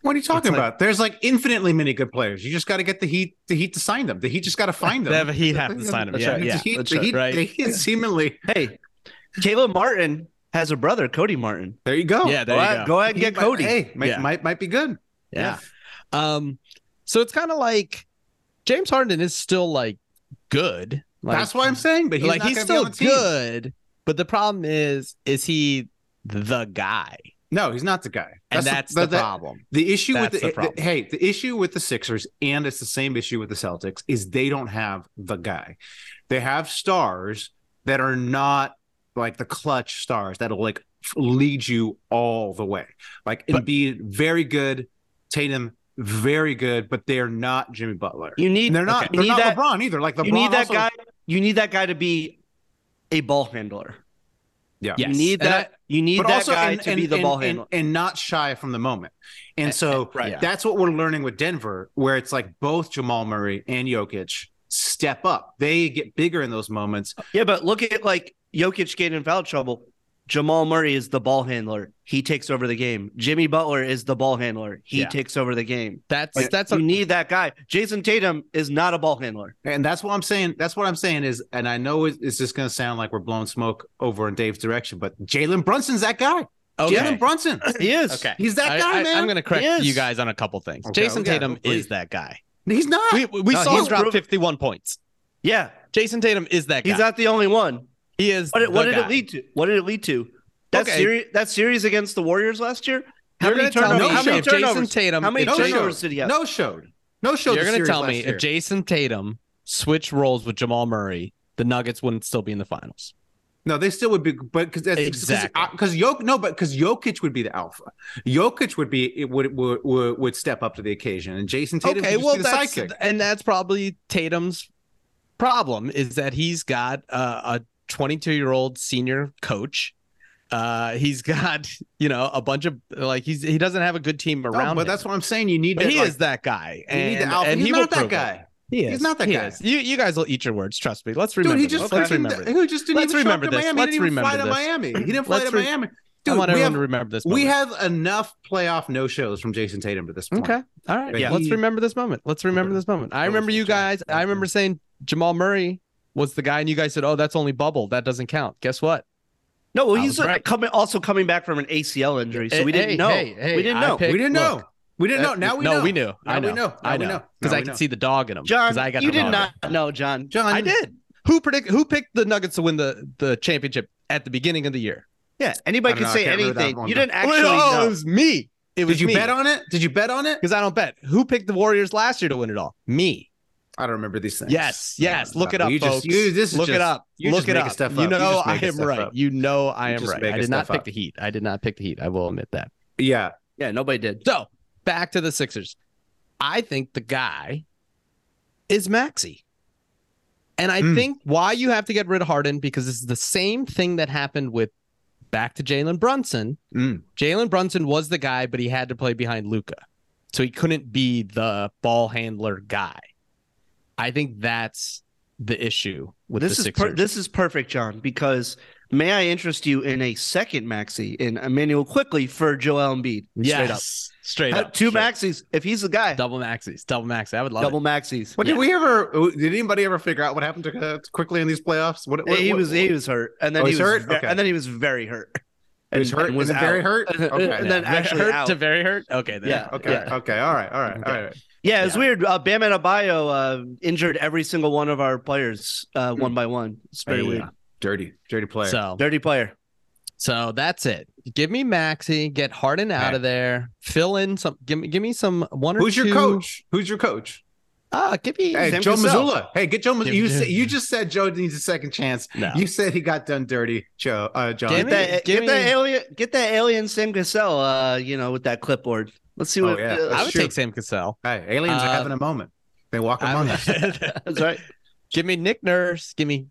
G: What are you
H: It's
G: talking
H: like-
G: about? There's like infinitely many good players. You just got to get the Heat. The Heat to sign them. The Heat just got to find them.
H: They have a Heat have to sign them.
G: That's
H: Yeah,
G: right.
H: yeah.
G: The Heat,
I: That's
G: the
I: right.
G: Heat,
H: Right.
G: the Heat seemingly.
I: Hey, Caleb Martin has a brother, Cody Martin.
G: There you go.
H: yeah there
I: go,
H: you
I: ahead, go ahead and
G: He
I: get
G: might-
I: Cody.
G: Hey, might,
H: Yeah.
G: might might be good.
H: Yeah. Um, so it's kind of like James Harden is still like good. Like,
G: That's what I'm saying. But he's
H: like
G: not
H: he's
G: gonna
H: still
G: be on the team.
H: good, but the problem is, is he the guy?
G: No, he's not the guy.
H: And that's, the,
G: that-
H: problem.
G: The issue
H: That's
G: with
H: the
G: the,
H: problem.
G: hey, the issue with the Sixers, and it's the same issue with the Celtics, is they don't have the guy. They have stars that are not like the clutch stars that'll like f- lead you all the way. Like
H: But-
G: Embiid, very good. Tatum, very good, but they're not Jimmy Butler.
I: You need
G: And they're not.
I: You
G: They're
I: need
G: not
I: that.
G: LeBron either. Like LeBron,
I: you need that
G: also-
I: guy. You need that guy to be a ball handler.
G: Yeah.
I: You need
H: And I-
I: that. you need
G: but
I: that
G: also
I: guy
G: and,
I: to
G: and,
I: be the
G: and,
I: ball
G: and-
I: handler. Eh,
G: and not shy from the moment. And,
H: And-
G: so
I: right.
H: Yeah.
G: that's what we're learning with Denver, where it's like both Jamal Murray and Jokic step up. They get bigger in those moments.
I: yeah, but look at like Jokic getting in foul trouble. Jamal Murray is the ball handler. He takes over the game. Jimmy Butler is the ball handler. He
H: Yeah.
I: takes over the game.
H: That's
I: Like,
H: that's
I: you
H: a,
I: need that guy. Jason Tatum is not a ball handler.
G: And that's what I'm saying. That's what I'm saying is, and I know it- it's just going to sound like we're blowing smoke over in Dave's direction, but Jalen Brunson's that guy.
H: Okay.
G: Jalen Brunson.
I: He is.
H: Okay.
G: He's that guy,
H: I, I,
G: man.
H: I'm going to correct
I: Yes.
H: you guys on a couple things.
G: Okay,
H: Jason
G: okay,
H: Tatum
G: please.
H: is that guy.
G: He's not.
H: We, we
I: No,
H: saw
I: he's
H: him drop
I: proven-
H: 51 points.
I: Yeah.
H: Jason Tatum is that guy.
I: He's not the only one.
H: he is.
I: What, did- what
H: the
I: did
H: guy.
I: it lead to? What did it lead to? That
H: Okay.
I: series that series against the Warriors last year? How
H: You're
I: many
H: gonna tell
I: turnovers?
H: me
I: how many
H: if Jason
I: turnovers?
H: Tatum-
I: how many
H: if Jason-
I: turnovers did he have?
G: No showed. No showed.
H: You're
G: going to
H: tell me if Jason Tatum switched roles with Jamal Murray, the Nuggets wouldn't still be in the finals.
G: No, they still would be, but because that's
H: Exactly.
G: because Jok no, but because Jokic would be the alpha. Jokic would be it would would would, would step up to the occasion, and Jason Tatum would just be the
H: that's
G: sidekick.
H: and that's probably Tatum's problem is that he's got uh, a 22 year old senior coach. Uh, he's got you know a bunch of like he's he doesn't have a good team
G: No,
H: around.
G: but
H: him.
G: that's what I'm saying. You need
H: But
G: to.
H: he
G: like,
H: is that guy.
G: you
H: And,
G: need the alpha.
H: and
G: He's
H: he will
G: not that
H: prove it.
G: guy.
H: He
G: He's
H: is.
G: not that
H: He
G: guy.
H: is. You you guys will eat your words. Trust me. Let's
G: Dude,
H: remember.
G: he
H: this.
G: just
H: Let's
G: freaking-
H: remember. this.
G: he just didn't
H: Let's
G: even show up
H: remember
G: to
H: this.
G: Miami.
H: Let's
G: he didn't even
H: remember
G: fly to
H: this.
G: Miami. He didn't fly
H: Let's
G: to
H: re-
G: Miami.
H: I
G: Dude, we
H: want everyone
G: have
H: to remember this.
G: we
H: moment.
G: have enough playoff no shows from Jason Tatum to this point.
H: Okay. All right.
G: Like,
H: Yeah. Let's
G: he-
H: remember this moment. Let's remember this moment. I remember you guys. I remember saying Jamal Murray was the guy, and you guys said, "Oh, that's only bubble. That doesn't count." Guess what?
I: No, well,
H: I
I: he's
H: was
I: uh,
H: right.
I: coming also coming back from an ACL injury, so
H: Hey,
I: we didn't
H: hey,
I: know.
H: hey, hey,
I: we didn't
H: I
I: know.
H: picked-
G: We didn't
H: look,
G: know. We didn't know.
H: that-
G: Now we
H: no,
G: know.
H: we knew. I
G: Now we
H: know.
G: know.
H: I
G: Now we
H: know
G: know.
H: because
G: Now
H: I
G: we
H: could
G: know.
H: see the dog in him.
I: John,
H: because I got
I: you
H: the
I: did
H: dog.
I: not know, John.
G: John,
H: I did. Who predict? Who picked the Nuggets to win the the championship at the beginning of the year?
I: Yeah,
G: I
I: anybody
G: don't
I: could
G: know, I
I: say
G: can't remember that
I: anything.
G: one,
I: You
G: though.
I: didn't actually
H: oh, it
I: know.
H: was me. It was
G: Did you bet on it? Did you bet on it?
H: Because I don't bet. Who picked the Warriors last year to win it all? Me.
G: I don't remember these things.
H: Yes, yes.
G: No,
H: Look
G: no,
H: it up,
G: you just-
H: folks.
G: you- this is
H: Look it
G: just-
H: up.
G: you're
H: Look
G: just
H: it
G: making
H: up.
G: stuff up.
H: You
G: You're
H: know
G: just
H: I
G: making
H: am
G: stuff
H: right.
G: up.
H: You know I
G: You're
H: am
G: just
H: right. I
G: making
H: did not
G: stuff
H: pick
G: up.
H: the Heat. I did not pick the Heat. I will admit that.
G: Yeah.
I: Yeah, nobody did.
H: So back to the Sixers. I think the guy is Maxi. And I
G: Hmm.
H: think why you have to get rid of Harden because this is the same thing that happened with back to Jalen Brunson.
G: Hmm.
H: Jalen Brunson was the guy, but he had to play behind Luca. So he couldn't be the ball handler guy. I think that's the issue with
I: This
H: the
I: is
H: Sixers.
I: per- this is perfect, John, because may I interest you in a second maxi in Emmanuel quickly for Joel Embiid? Straight up.
H: yes. Straight up. Straight
I: Have
H: up.
I: two maxis. If he's the guy, double,
H: Double maxis. Double maxi. I would love it.
I: maxis.
G: What did we ever? Did anybody ever figure out what happened to uh, quickly in these playoffs? What, what-
I: he
G: what-
I: was he was hurt, and then
G: Oh,
I: he was
G: he's hurt?
I: ve-
G: Okay.
I: and then he was very hurt.
G: He was hurt? Was it very
I: out.
G: hurt? Okay.
I: and then
H: Yeah.
I: actually
H: hurt
I: out.
H: to very hurt. Okay, then.
I: Yeah.
G: Okay. Okay. All right. All right. All right.
I: Yeah, it's
H: Yeah.
I: weird. Uh, Bam Adebayo uh, injured every single one of our players uh,
H: Hmm.
I: one by one. It's very
H: Yeah.
I: weird.
G: Dirty. Dirty player.
H: So
I: Dirty player.
H: So that's it. Give me Maxi. Get Harden out of there. Fill in some. Give me. Give me some one or
G: Who's
H: two.
G: your coach? Who's your coach?
H: Ah, give me.
G: Hey,
H: Sam
G: Joe
H: Cassell.
G: Missoula. Hey, get Joe. Mazzulla.
H: Give-
G: You said you just said Joe needs a second chance.
H: No.
G: You said he got done dirty, Joe. Uh, John.
H: Damn
I: Get
H: Give me-
I: that,
H: give
I: get that
H: me-
I: alien, get that alien Sam Cassell. Uh, you know, with that clipboard. Let's see what.
G: Oh, yeah.
I: uh,
H: I would
G: Sure.
H: take Sam Cassell.
G: Hey, aliens
H: Uh,
G: are having a moment. They walk
H: I Uh,
G: among us.
H: would-
I: that's right.
H: give me Nick Nurse. Give me.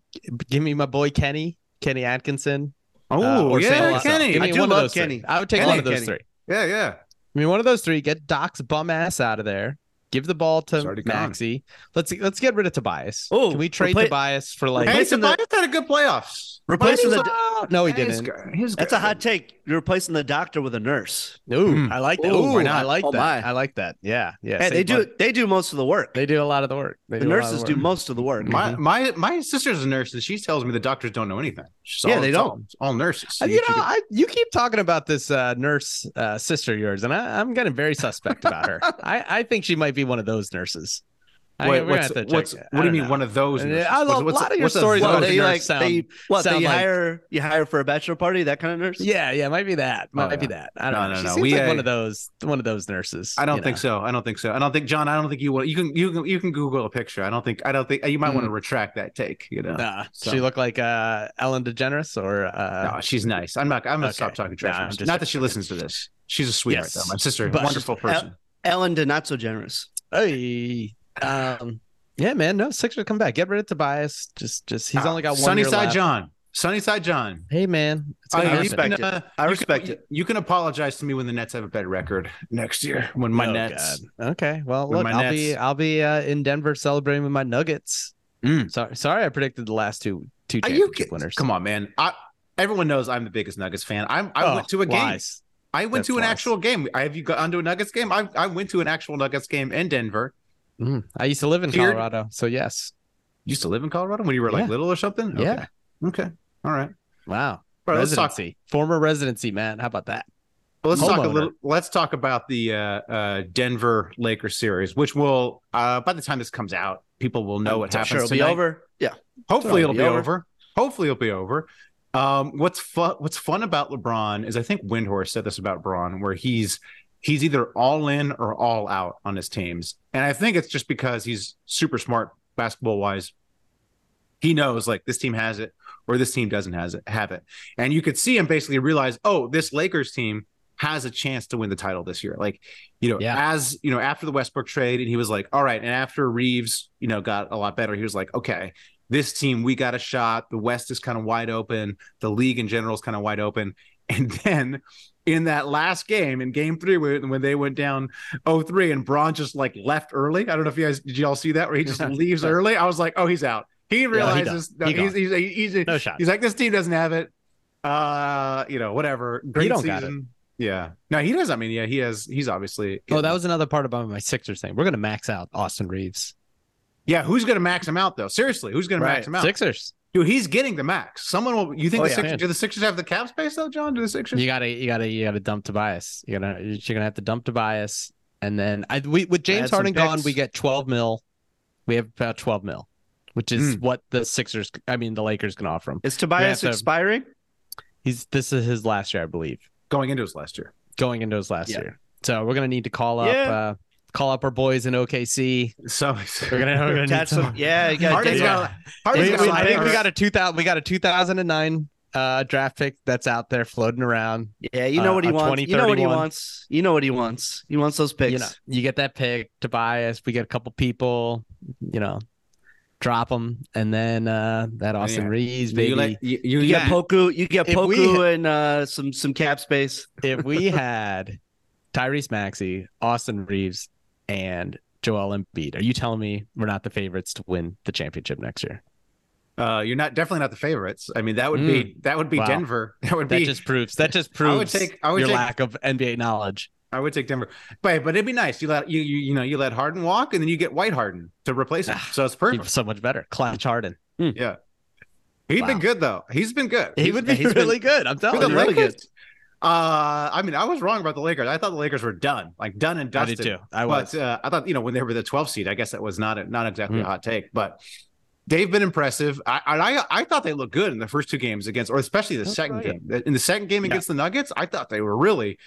H: Give me my boy Kenny. Kenny Atkinson. uh,
G: Oh,
H: or Sam
G: yeah,
H: Cassell.
G: Kenny.
H: Give me
I: I do
H: one
I: love
H: of those
I: Kenny.
H: Three. I would take
G: Kenny,
H: one of those
I: Kenny.
H: three.
G: Yeah, yeah.
H: I mean, one of those three. Get Doc's bum ass out of there. Give the ball to
G: He's already gone.
H: Maxi. Let's let's get rid of Tobias.
I: Oh,
H: Can we trade
I: replace-
H: Tobias for like?
G: Hey,
I: Replacing the-
G: Tobias had a good playoffs.
I: Replacing the.
H: Ah, no, he
G: Yeah, he's
H: didn't.
G: good. He's
I: That's
G: good.
I: a hot take. You're replacing the doctor with a nurse.
H: Ooh,
G: Mm.
H: I like that.
I: Ooh,
H: Ooh,
I: why
H: I
I: not?
H: like
I: Oh,
H: that.
I: my.
H: I like that. Yeah, yeah.
I: Hey,
H: save
I: they do
H: money.
I: they do most of the work.
H: They do a lot of the work. They
I: the
H: do a lot of
I: nurses do
H: work.
I: most of the work.
G: My
H: Mm-hmm.
G: my my sister's a nurse, and she tells me the doctors don't know anything. She's
I: Yeah,
G: all-
I: they
G: it's
I: don't.
G: all- it's all nurses.
H: Uh, You know, I, you keep talking about this uh, nurse uh, sister of yours, and I, I'm getting very suspect about her. I, I think she might be one of those nurses. I,
G: Wait,
H: we're gonna
G: what's,
H: have to check
G: what's
H: it.
G: what do
H: I
G: you
H: don't
G: mean
H: know.
G: one of those?
H: Uh,
G: nurses?
H: I love-
G: What's-
H: a lot of your
G: what's
H: stories
I: Well,
H: about
G: those
I: they
H: nurse
I: like
H: sound-
I: they what they
H: sound like-
I: hire you hire for a bachelor party that kind of nurse.
H: Yeah, yeah, might be that. Might
G: Oh, yeah.
H: be that. I don't
G: No,
H: know.
G: no,
H: she
G: no.
H: seems
G: We,
H: like
G: uh,
H: one of those one of those nurses.
G: I don't
H: you
G: think
H: know.
G: so. I don't think so. I don't think John. I don't think you will. You can you can you can Google a picture. I don't think. I don't think you might want to retract that take. You know,
H: Mm. Nah,
G: So-
H: she looked like uh, Ellen DeGeneres or uh,
G: no, she's nice. I'm not. I'm gonna stop
H: okay.
G: talking
H: Nah, I'm
G: trash.
H: just
G: Not that she listens to this. She's a sweetheart,
H: Yes.
G: though. My sister,
H: But-
G: wonderful person.
I: Ellen did not so generous.
H: Hey, um, yeah, man. No, Sixers come back. Get rid of Tobias. Just, just he's
G: Ah,
H: only got one. year
G: Sunnyside
H: left.
G: John. Sunnyside John.
H: Hey, man. It's
G: Uh,
H: gonna
G: you
H: happen.
I: respect it. I
G: you
I: respect
G: can,
I: it.
G: You can apologize to me when the Nets have a better record next year. When my
H: Oh,
G: Nets.
H: God. Okay. Well,
G: With
H: look,
G: my
H: I'll be,
G: Nets.
H: I'll be uh, in Denver celebrating with my Nuggets.
G: Mm.
H: Sorry, sorry, I predicted the last two two
G: Are Uh, you
H: championship
G: kidding?
H: winners.
G: Come on, man. I, everyone knows I'm the biggest Nuggets fan. I'm, I
H: Oh,
G: went to a game.
H: lies.
G: I went
H: That's
G: to an
H: lies.
G: actual game. I, have you gone to a Nuggets game? I, I went to an actual Nuggets game in Denver.
H: Mm. I used to live in
G: Here-
H: Colorado, so yes.
G: You used to live in Colorado when you were like
H: Yeah.
G: little or something? Okay.
H: Yeah.
G: Okay. All right.
H: Wow.
G: Bro, let's talk.
H: residency, former residency, man. How about that?
G: Let's talk a
H: Homeowner.
G: little. Let's talk about the uh, uh, Denver Lakers series, which will, uh, by the time this comes out, people will know what
I: I'm
G: happens.
I: Sure, it'll
G: tonight.
I: be over. Yeah,
G: Hopefully, it'll
I: It'll
G: be,
I: be
G: over. Hopefully, it'll be over. Um, what's fun? What's fun about LeBron is I think Windhorst said this about Braun, where he's he's either all in or all out on his teams, and I think it's just because he's super smart basketball wise. He knows like this team has it or this team doesn't has it have it, and you could see him basically realize, oh, this Lakers team has a chance to win the title this year. Like, you know,
H: Yeah.
G: as you know, after the Westbrook trade, and he was like, all right, and after Reeves, you know, got a lot better, he was like, okay, this team we got a shot the west is kind of wide open the league in general is kind of wide open and then in that last game in game three when when they went down 0-3 and braun just like left early i don't know if you guys did y'all see that where he just leaves early i was like oh he's out he realizes no,
H: He
G: he's, he's, he's,
H: No shot.
G: he's like this team doesn't have it uh you know whatever great
H: don't
G: season
H: got it.
G: yeah no he does i mean yeah he has he's obviously
H: Oh, that was another part about my Sixers thing. We're gonna max out Austin Reeves.
G: yeah who's gonna max him out though seriously who's gonna max him out
H: Sixers.
G: Dude, he's getting the max. Someone will. You think
H: Oh,
G: the
H: yeah.
G: Sixers? Do the Sixers have the cap space though, John? Do the Sixers?
H: You gotta, you gotta, you gotta dump Tobias. You're gonna, you're gonna have to dump Tobias, and then I we, with James
I: Add some
H: Harden gone,
I: picks.
H: we get 12 mil. We have about 12 mil, which
G: Hmm.
H: is what the Sixers, I mean the Lakers, can offer him.
I: is Tobias
H: to-
I: expiring?
H: He's this is his last year, I believe,
G: Going into his last year,
H: going into his last
I: Yeah.
H: year. So we're gonna need to call up,
I: Yeah.
H: uh, call up our boys in OKC.
G: so
H: We're gonna, we're gonna need
I: Attach
H: some.
I: some- yeah, you gotta
G: Harden's
I: get-
G: got.
H: We-
G: Harden's
H: we-
G: got.
H: I think we
G: got.
H: got a 2000 we got a 2009 uh draft pick that's out there floating around
I: yeah. You know
H: uh,
I: what he
H: a
I: wants. You know what he
H: 2031.
I: wants. You know what he wants. He wants those picks.
H: you know you get that pick Tobias we get a couple people you know drop them and then uh that Austin
G: Yeah.
H: Reeves baby
G: You, let- you, you
I: You
G: yeah.
I: get Poku. You get
H: If
I: Poku
H: we-
I: and uh, some some cap space.
H: if we had Tyrese Maxey Austin Reeves and Joel Embiid are you telling me we're not the favorites to win the championship next year
G: uh, you're not definitely not the favorites. I mean, that would be that would be
H: Mm. Wow.
G: Denver. That would
H: that
G: be.
H: just proves that just
G: I
H: proves
G: would take- I would
H: your
G: take-
H: lack of NBA knowledge
G: I would take Denver, but but it'd be nice. You let you you you know you let Harden walk, and then you get White Harden to replace
H: Ah,
G: him. So it's
H: You're
G: perfect.
H: so much better Clutch Harden
G: He's
H: Wow.
G: been good though. He's been good.
H: he would be
I: he's been-
H: Oh, really good I'm
G: For
H: telling
G: the
H: you
G: Lakers. Uh, I mean, I was wrong about the Lakers. I thought the Lakers were done, like done and
H: I
G: dusted.
H: did too I was
G: but uh, I thought you know when they were the 12th seed, I guess that was not a, not exactly a
H: Mm.
G: hot take, but they've been impressive. I, and I I thought they looked good in the first two games against, or especially the second game. In the second game against the Nuggets, I thought they were really,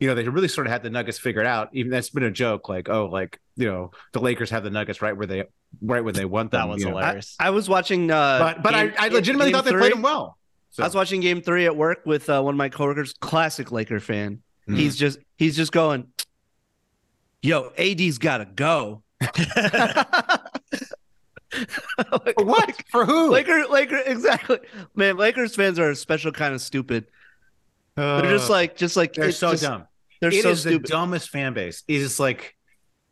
G: you know, they really sort of had the Nuggets figured out. Even that's been a joke, like oh, like you know, the Lakers have the Nuggets right where they right where they want them.
H: that was
G: you know.
H: hilarious
I: I was watching. Uh,
G: But but
I: game-
G: I, I legitimately
I: game
G: thought they
I: three.
G: played them well. So,
I: I was watching Game Three at work with uh, one of my coworkers, classic Laker fan.
G: Mm.
I: He's just he's just going, "Yo, AD's gotta go." Like-
G: what for who?
I: Laker, Laker, exactly. Man, Lakers fans are a special kind of stupid. They're just like, just like
G: they're
I: it's
G: so
I: just-
G: dumb.
I: They're
G: It is
I: so stupid.
G: the dumbest fan base. It is like,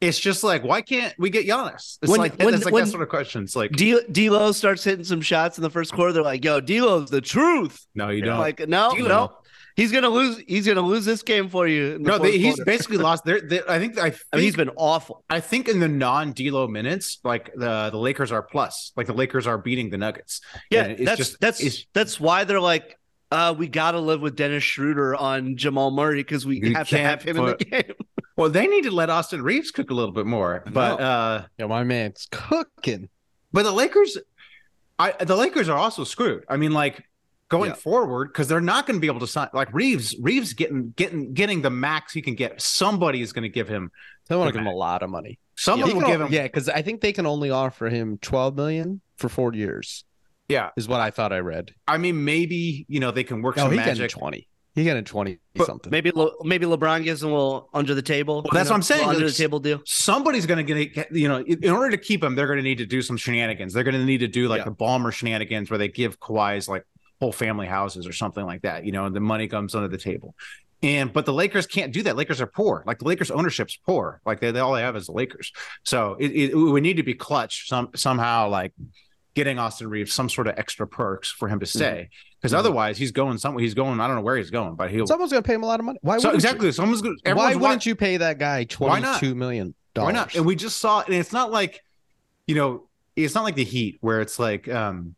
G: it's just like, why can't we get Giannis? It's
I: When-
G: like,
I: when-
G: it's like
I: when-
G: that sort of question. It's like,
I: D- D'Lo starts hitting some shots in the first quarter. They're like, "Yo, D'Lo's the truth."
G: no, you
I: I'm
G: don't.
I: Like, no,
G: D'Lo.
I: no, he's gonna lose. He's gonna lose this game for you. in the
G: no, they,
I: fourth
G: he's
I: quarter.
G: basically lost. There, they- I think I, think,
I: I mean, he's been awful.
G: I think in the non D'Lo minutes, like the the Lakers are plus. Like the Lakers are beating the Nuggets.
I: Yeah,
G: it's
I: that's
G: just-
I: that's
G: it's-
I: that's why they're like, uh, we gotta live with Dennis Schroeder on Jamal Murray because we
G: You
I: have to have
G: can't
I: him in the game.
G: Well, they need to let Austin Reeves cook a little bit more, but uh,
H: yeah my man's cooking
G: but the Lakers, I the Lakers are also screwed. I mean, like going
I: Yeah.
G: forward because they're not going to be able to sign like Reeves. Reeves getting getting getting the max he can get. Somebody is going to give him.
H: They want to
G: Good
H: give him a lot of money.
G: Someone
H: yeah,
G: will give him.
H: because I think they can only offer him twelve million for four years.
G: Yeah.
H: is what I thought I read.
G: I mean, maybe you know they can work
H: No,
G: some
H: he getting
G: magic.
H: twenty. He getting twenty something.
I: Maybe Le- maybe LeBron gives him a little under the table.
G: Well,
I: you
G: that's what I'm saying.
I: little Under the
G: It's-
I: table deal.
G: Somebody's going to get you know in in order to keep him, they're going to need to do some shenanigans. They're going to need to do like
H: Yeah.
G: the Balmer shenanigans where they give Kawhi's like whole family houses or something like that. You know, and the money comes under the table. And but the Lakers can't do that. Lakers are poor. Like the Lakers ownership's poor. Like they, they all they have is the Lakers. So it, it we need to be clutch some somehow like getting Austin Reeves some sort of extra perks for him to stay because
H: Mhm.
G: otherwise he's going somewhere. He's going. I don't know where he's going, but he'll.
H: Someone's gonna pay him a lot of money. Why?
G: so
H: wouldn't
G: exactly, someone's going.
H: You? Why wouldn't you pay that guy
G: Why not?
H: twenty-two million dollars?
G: Why not? And we just saw, and it's not like, you know, it's not like the Heat where it's like, um,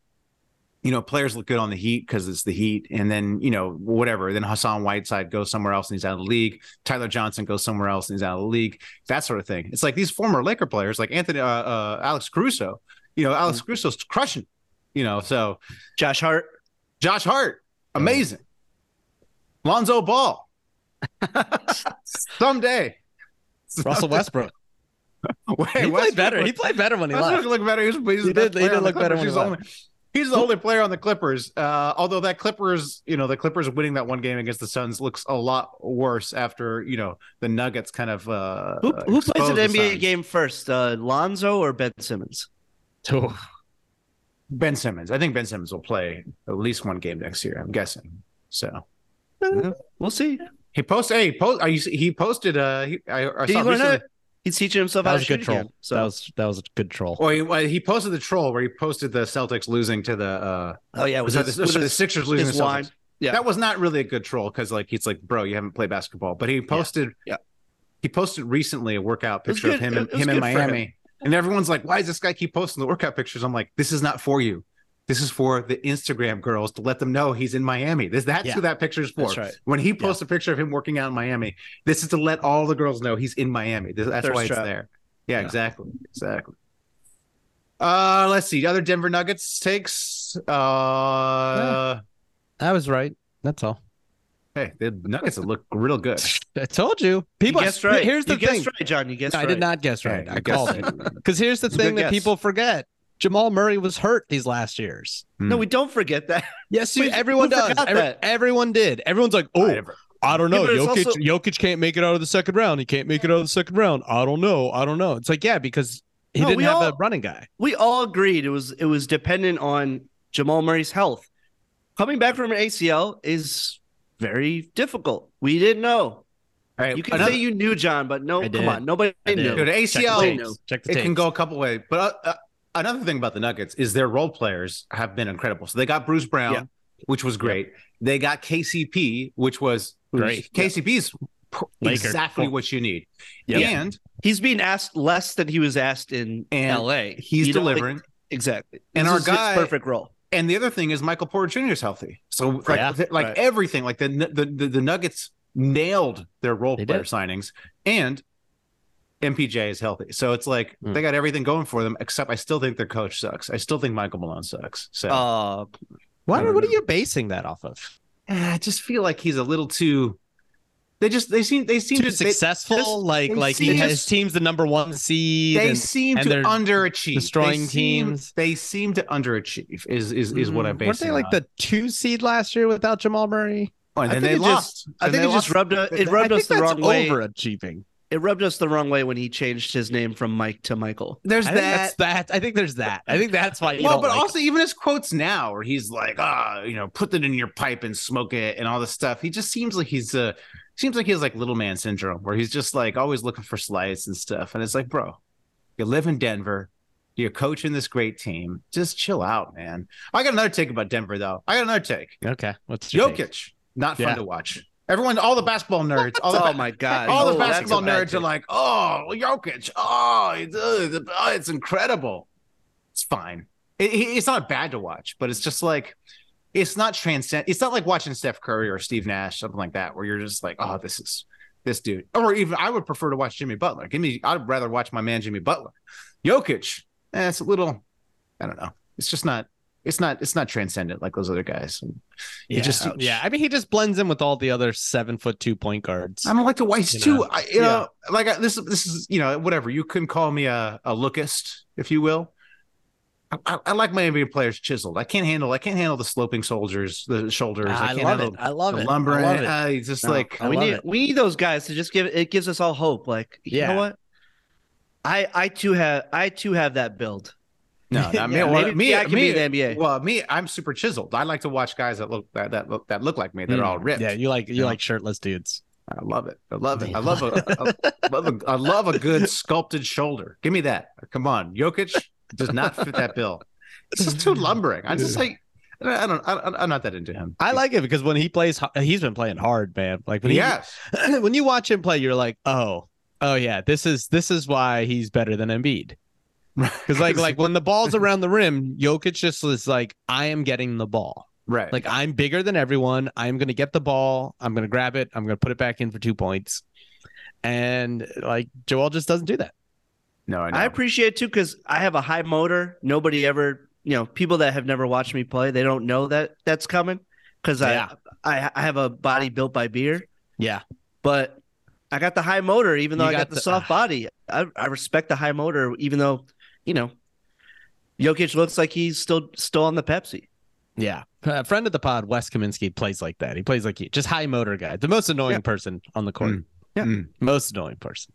G: you know, players look good on the Heat because it's the Heat, and then you know whatever. Then Hassan Whiteside goes somewhere else and he's out of the league. Tyler Johnson goes somewhere else and he's out of the league. That sort of thing. It's like these former Laker players, like Anthony, uh, uh, Alex Caruso. You know, Alex
H: Mm.
G: Caruso's crushing. You know, so
I: Josh Hart.
G: Josh Hart,
H: Mm.
G: amazing. Lonzo Ball, someday.
H: Russell Westbrook.
G: Wait,
H: He
G: Westbrook
H: played better.
G: was-
H: He played better when he
G: Westbrook
H: left.
G: looked better. He was, he was
H: He
G: the best
H: did- he
G: player
H: did
G: on the
H: look better
G: Clippers.
H: when
G: He's
H: he
G: the only- He's the only player on the Clippers. Uh, although that Clippers, you know, the Clippers winning that one game against the Suns looks a lot worse after you know the Nuggets kind of. Uh,
I: Who, who plays
G: exposed
I: an
G: the
I: NBA
G: Suns.
I: game first, uh, Lonzo or Ben Simmons?
G: Ben Simmons. I think Ben Simmons will play at least one game next year. I'm guessing. So
I: We'll see.
G: he posted. Hey, post. Are you? He posted. Uh, he, I, I
I: He
G: saw
I: learned how
G: recently.
I: to- He's teaching himself
H: That
I: how
H: was
I: to
H: a good
I: shoot
H: troll.
I: again. So
H: That was that was a good troll.
G: Or he, well, he posted the troll where he posted the Celtics losing to the. Uh,
I: oh yeah,
G: was
I: with
G: it
I: his-
G: the,
I: with
G: sorry, the
I: his-
G: Sixers losing
I: his
G: the Celtics.
I: wine. Yeah.
G: That was not really a good troll because like he's like, bro, you haven't played basketball. But he posted
I: Yeah.
G: he posted recently a workout
I: It was
G: picture of
I: good-
G: him and
I: it was
G: him in
I: good for him.
G: Miami. And everyone's like, why does this guy keep posting the workout pictures? I'm like, this is not for you. This is for the Instagram girls to let them know he's in Miami. This that's
H: Yeah.
G: who that picture is for.
I: That's right.
G: When he posts a picture of him working out in Miami, this is to let all the girls know he's in Miami. This- that's
I: Thirst
G: why it's
I: trap.
G: there. Yeah, exactly. Exactly. Uh let's see. Other Denver Nuggets takes uh
H: I was right. That's all.
G: Hey, the Nuggets look real good.
H: I told you. People
I: you guessed right.
H: Here's the
I: you
H: thing.
I: guessed right, John. You guessed
H: No, I
I: right.
H: did not guess right.
G: Yeah,
H: I
G: you
H: called
G: guessed
H: it. Because here's the
G: It's a good
H: thing that
G: guess.
H: people forget: Jamal Murray was hurt these last years.
I: No, we don't forget that.
H: Yes,
I: We-
H: you, everyone
I: we
H: does.
I: forgot
H: Every-
I: that.
H: everyone did. Everyone's like, "Oh, I don't
I: Yeah,
H: know.
I: but it's
H: Jokic,
I: also-
H: Jokic can't make it out of the second round. He can't make it out of the second round. I don't know. I don't know." It's like, yeah, because he
I: No,
H: didn't
I: we
H: have
I: all-
H: a running guy.
I: we all agreed it was it was dependent on Jamal Murray's health. Coming back from an ACL is very difficult. We didn't know.
G: All right,
I: You can
G: another-
I: say you knew, John, but no,
H: I
I: come
H: did.
I: on, nobody
H: I did.
I: knew.
G: Dude, ACL,
I: They knew.
H: Check the
G: it can
H: tapes.
G: go a couple ways. But uh, uh, another thing about the Nuggets is their role players have been incredible. So they got Bruce Brown,
I: Yeah.
G: which was great. They got KCP, which was
H: Great.
G: KCP's pr-
H: Laker.
G: exactly what you need.
H: Yeah.
G: And
I: He's being asked less than he was asked in
G: And
I: L.A.
G: he's
I: You don't think-
G: delivering.
I: exactly.
G: And
I: This
G: our
I: is his
G: guy-
I: perfect role.
G: and the other thing is Michael Porter Jr. is healthy. So like
H: Yeah,
G: th- like
I: right.
G: everything, like the, the the the Nuggets nailed their role
H: They
G: player
H: did.
G: signings, and MPJ is healthy. So it's like
H: Mm.
G: they got everything going for them. Except I still think their coach sucks. I still think Michael Malone sucks. So
I: Uh,
H: Why- what are you basing that off of?
G: I just feel like he's a little too. They just they seem they seem
H: Too
G: to they,
H: successful,
G: this-
H: like
G: they
H: like
G: seem-
H: he has, his team's the number one seed.
G: they
H: and-
G: seem
H: and
G: to
H: they're
G: underachieve.
H: destroying
G: they seem,
H: teams.
G: They seem to underachieve. Is is is what I'm
H: Mm, weren't
G: basing.
H: they like
G: it on.
H: the two seed last year without Jamal Murray?
G: Oh, and
I: I
G: then
I: think
G: they
I: it
G: lost.
I: just- I
G: And
I: think
G: they
I: it just
G: lost.
I: rubbed us. It rubbed
H: I
I: us
H: think
I: the wrong
H: that's
I: way.
H: Overachieving.
I: It rubbed us the wrong way when he changed his name from Mike to Michael.
G: There's
H: I think
G: that.
H: that's that. I think there's that. I think that's why. You
G: well,
H: don't
G: but
H: like
G: also even his quotes now, where he's like, "Ah, you know, put that in your pipe and smoke it," and all this stuff. He just seems like he's uh seems like he has like little man syndrome, where he's just like always looking for slights and stuff. And it's like, bro, you live in Denver, you're coaching this great team. Just chill out, man. I got another take about Denver, though. I got another take.
H: it. okay. What's your
G: Jokic,
H: take?
G: not fun
H: Yeah.
G: to watch. Everyone, all the basketball nerds, all the
I: Oh my god!
G: all
I: Oh,
G: the
I: that's
G: basketball
I: a bad
G: nerds are like, "Oh, Jokic! Oh, it's, uh, oh, it's incredible." It's fine. It- it- it's not bad to watch, but it's just like it's not transcend. It's not like watching Steph Curry or Steve Nash, something like that, where you're just like, "Oh, this is this dude." Or even I would prefer to watch Jimmy Butler. Give me, I'd rather watch my man Jimmy Butler. Jokic, eh, it's a little, I don't know. It's just not. It's not. It's not transcendent like those other guys.
H: Yeah. oh,
G: just-
H: yeah. I mean, he just blends in with all the other seven foot two point guards.
G: I don't like the whites
H: You
G: too.
H: know?
G: I, you know, like I, this. This is you know whatever. You can call me a a lookist if you will. I, I, I like my NBA players chiseled. I can't handle. I can't handle the sloping soldiers, the shoulders.
H: I,
G: can't
H: love
G: handle
H: it. I love
G: the
H: it.
G: lumbering.
H: I love it.
G: I just
H: No,
G: like
H: I
I: we
H: love
I: need
H: it.
I: we need those guys to just give it gives us all hope. Like you
H: Yeah.
I: know what? I I too have I too have that build.
G: no, not me.
I: Yeah,
G: Well,
I: maybe
G: me,
I: I can
G: me,
I: be in the NBA.
G: Well, me, I'm super chiseled. I like to watch guys that look that that look, that look like me. That are all ripped.
H: Hmm. Yeah, you like you
G: know?
H: like shirtless dudes.
G: I love it. I love it. I love a, I love a, I love a good sculpted shoulder. Give me that. Come on, Jokic does not fit that bill. It's just too lumbering. I just like. I don't. I, don't- I'm not that into him.
H: I like it because when he plays, h- he's been playing hard, man. Like when he,
G: Yes.
H: when you watch him play, you're like, oh, oh yeah, this is this is why he's better than Embiid. Because like like when the ball's around the rim, Jokic just is like, I am getting the ball.
G: Right.
H: Like I'm bigger than everyone. I'm gonna get the ball. I'm gonna grab it. I'm gonna put it back in for two points. And like Joel just doesn't do that.
G: no, I know.
I: I appreciate it too because I have a high motor. Nobody ever, you know, people that have never watched me play, they don't know that that's coming because
H: Yeah.
I: I, I I have a body built by beer,
H: Yeah.
I: but I got the high motor even though
H: You
I: I got,
H: got
I: the,
H: the-
I: soft body. I, I respect the high motor even though, you know, Jokic looks like he's still still on the Pepsi.
H: Yeah. A friend of the pod, Wes Kaminsky, plays like that. He plays like he just high motor guy. The most annoying person on the court.
G: Mm. Yeah. Mm.
H: Most annoying person.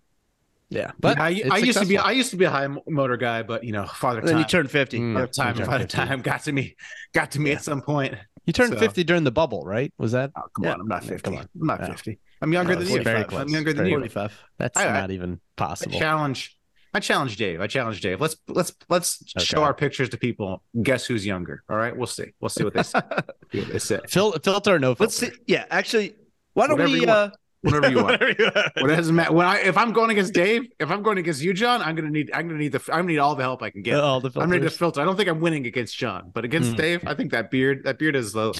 H: Yeah. But
G: I, I
H: it's
G: used to be
H: successful.
G: I used to be a high mo- motor guy, but you know, father
I: And then
G: time,
I: you turn 50.
H: Mm.
G: father time,
H: you turn
G: father
H: 50.
G: time got to me, got to me at some point.
H: You turned
G: So-
H: 50 during the bubble, right? Was that?
G: Oh, come
I: Yeah.
G: on, I'm not
H: Yeah,
G: 50.
H: come on.
G: I'm not
H: Yeah.
G: 50. I'm younger
H: No,
G: than
H: it's
G: you.
H: very
G: Fab. I'm
H: close.
G: younger than
H: Very
G: you.
H: close.
I: 45.
H: That's
G: I- I-
H: not even
G: I
H: possible.
G: challenge. I challenge Dave. I challenge Dave. Let's let's let's show
H: Okay.
G: our pictures to people. Guess who's younger? All right, we'll see. We'll see what they say. See what they say.
H: Fil- filter or no filter?
I: Let's see. Yeah, actually, why don't
G: Whatever
I: we
G: you
I: uh
G: want. Whatever you want.
I: whatever you want.
G: What doesn't matter. When I if I'm going against Dave, if I'm going against you, John, I'm gonna need I'm gonna need the I'm gonna need all the help I can get.
H: All the
G: I'm gonna need the
H: filters.
G: filter. I don't think I'm winning against John, but against
I: Hmm.
H: Mm.
G: Dave, I think that beard that beard is low.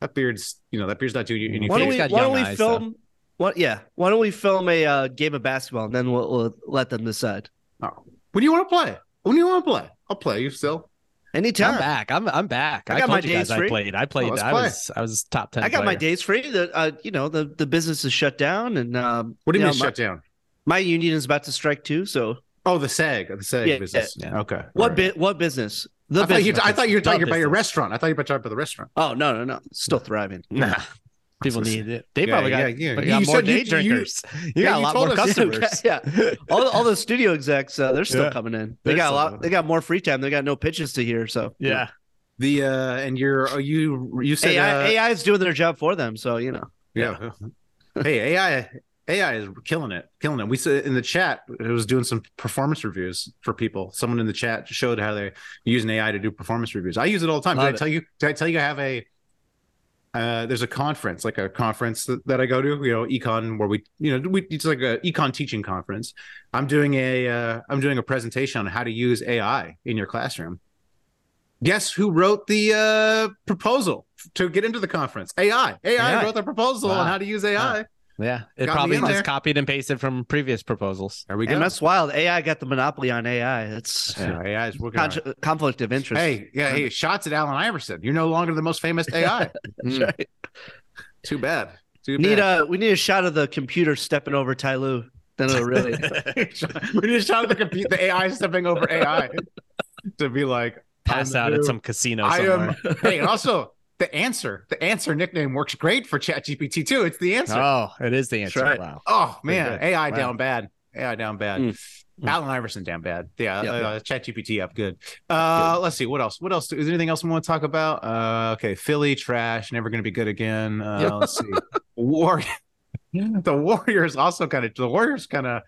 G: That beard's you know that beard's not doing you any
I: Why don't
H: He's
I: we,
G: favors.
H: got
I: why don't
H: young
I: we
H: eyes, though.
I: film? What? Yeah. Why don't we film a uh, game of basketball and then we'll, we'll let them decide.
G: Oh. When do you want to play? When do you want to play? I'll play you still.
H: I'm
I: Anytime.
H: back. I'm I'm back.
I: I
H: I,
I: got my
H: told you guys
I: days
H: I
I: free.
H: played. I played.
G: let's
H: I
G: play.
H: was I was top ten.
I: I got my
H: player.
I: days free. The uh, you know the the business is shut down and um,
G: What do you
I: know,
G: mean
I: my,
G: shut down?
I: my union is about to strike too. So
G: Oh, the SAG, the SAG
I: Yeah,
G: business.
H: yeah.
G: Okay.
I: what
G: All right.
I: bit? What business? The
G: I thought, you, I thought you were
H: The
G: talking about your
H: business.
G: restaurant. I thought you were talking about the restaurant.
I: oh no no no! Still thriving.
H: Nah. People
G: That's-
H: need it. They
G: yeah,
H: probably
G: yeah,
H: got,
G: yeah.
H: but
G: You
H: got more
G: said you-
H: day
G: you-
H: drinkers. You,
G: yeah,
H: got
G: you
H: a lot
G: told
H: more
G: us-
H: customers.
I: yeah, all all the studio execs uh, they're still coming in. They
H: They're
I: got a
H: still
I: lot.
H: coming.
I: They got more free time. They got no pitches to hear. So
H: Yeah.
G: The uh, and you're oh, you you said
I: AI,
G: uh,
I: AI is doing their job for them. So you know.
G: yeah. hey, AI, AI is killing it, killing it. We said in the chat, it was doing some performance reviews for people. Someone in the chat showed how they're using AI to do performance reviews. I use it all the time.
H: Love
G: did I
H: it.
G: tell you? Did I tell you I have a? Uh, there's a conference, like a conference that, that I go to, you know, econ, where we, you know, we it's like a econ teaching conference. I'm doing a, uh, I'm doing a presentation on how to use AI in your classroom. Guess who wrote the uh, proposal to get into the conference? AI. AI,
H: AI.
G: wrote the proposal
H: Wow.
G: on how to use AI.
H: Yeah. It
G: Got me
H: probably
G: in
H: just
G: there.
H: copied and pasted from previous proposals.
G: There we
I: And that's wild. AI got the monopoly on AI. That's
G: Yeah, AI is working. on
I: Contra-
G: it.
I: conflict of interest.
G: Hey, yeah, hey, shots at Allen Iverson. You're no longer the most famous Hmm. AI.
H: Mm.
G: Too bad. Too
I: need
G: bad.
I: a we need a shot of the computer stepping over Ty Lue. Then it'll really.
G: we need a shot at the compute, the AI stepping over AI to be like
H: Pass
G: I'm
H: out
G: new.
H: at some casino
G: I
H: somewhere.
G: am. Hey, and also the answer, the answer nickname works great for ChatGPT too. It's the answer.
H: Oh, it is the answer.
I: right.
H: Wow.
G: Oh man,
H: good.
G: AI
H: Wow.
G: down bad. AI down bad.
H: Mm.
G: Alan Iverson down bad. Yeah,
I: Yeah.
G: uh, ChatGPT up good. Uh, Let's see what else. What else? Is there anything else we want to talk about? Uh, okay, Philly trash, never going to be good again. Uh, let's see. War. the Warriors also kind of the Warriors kind of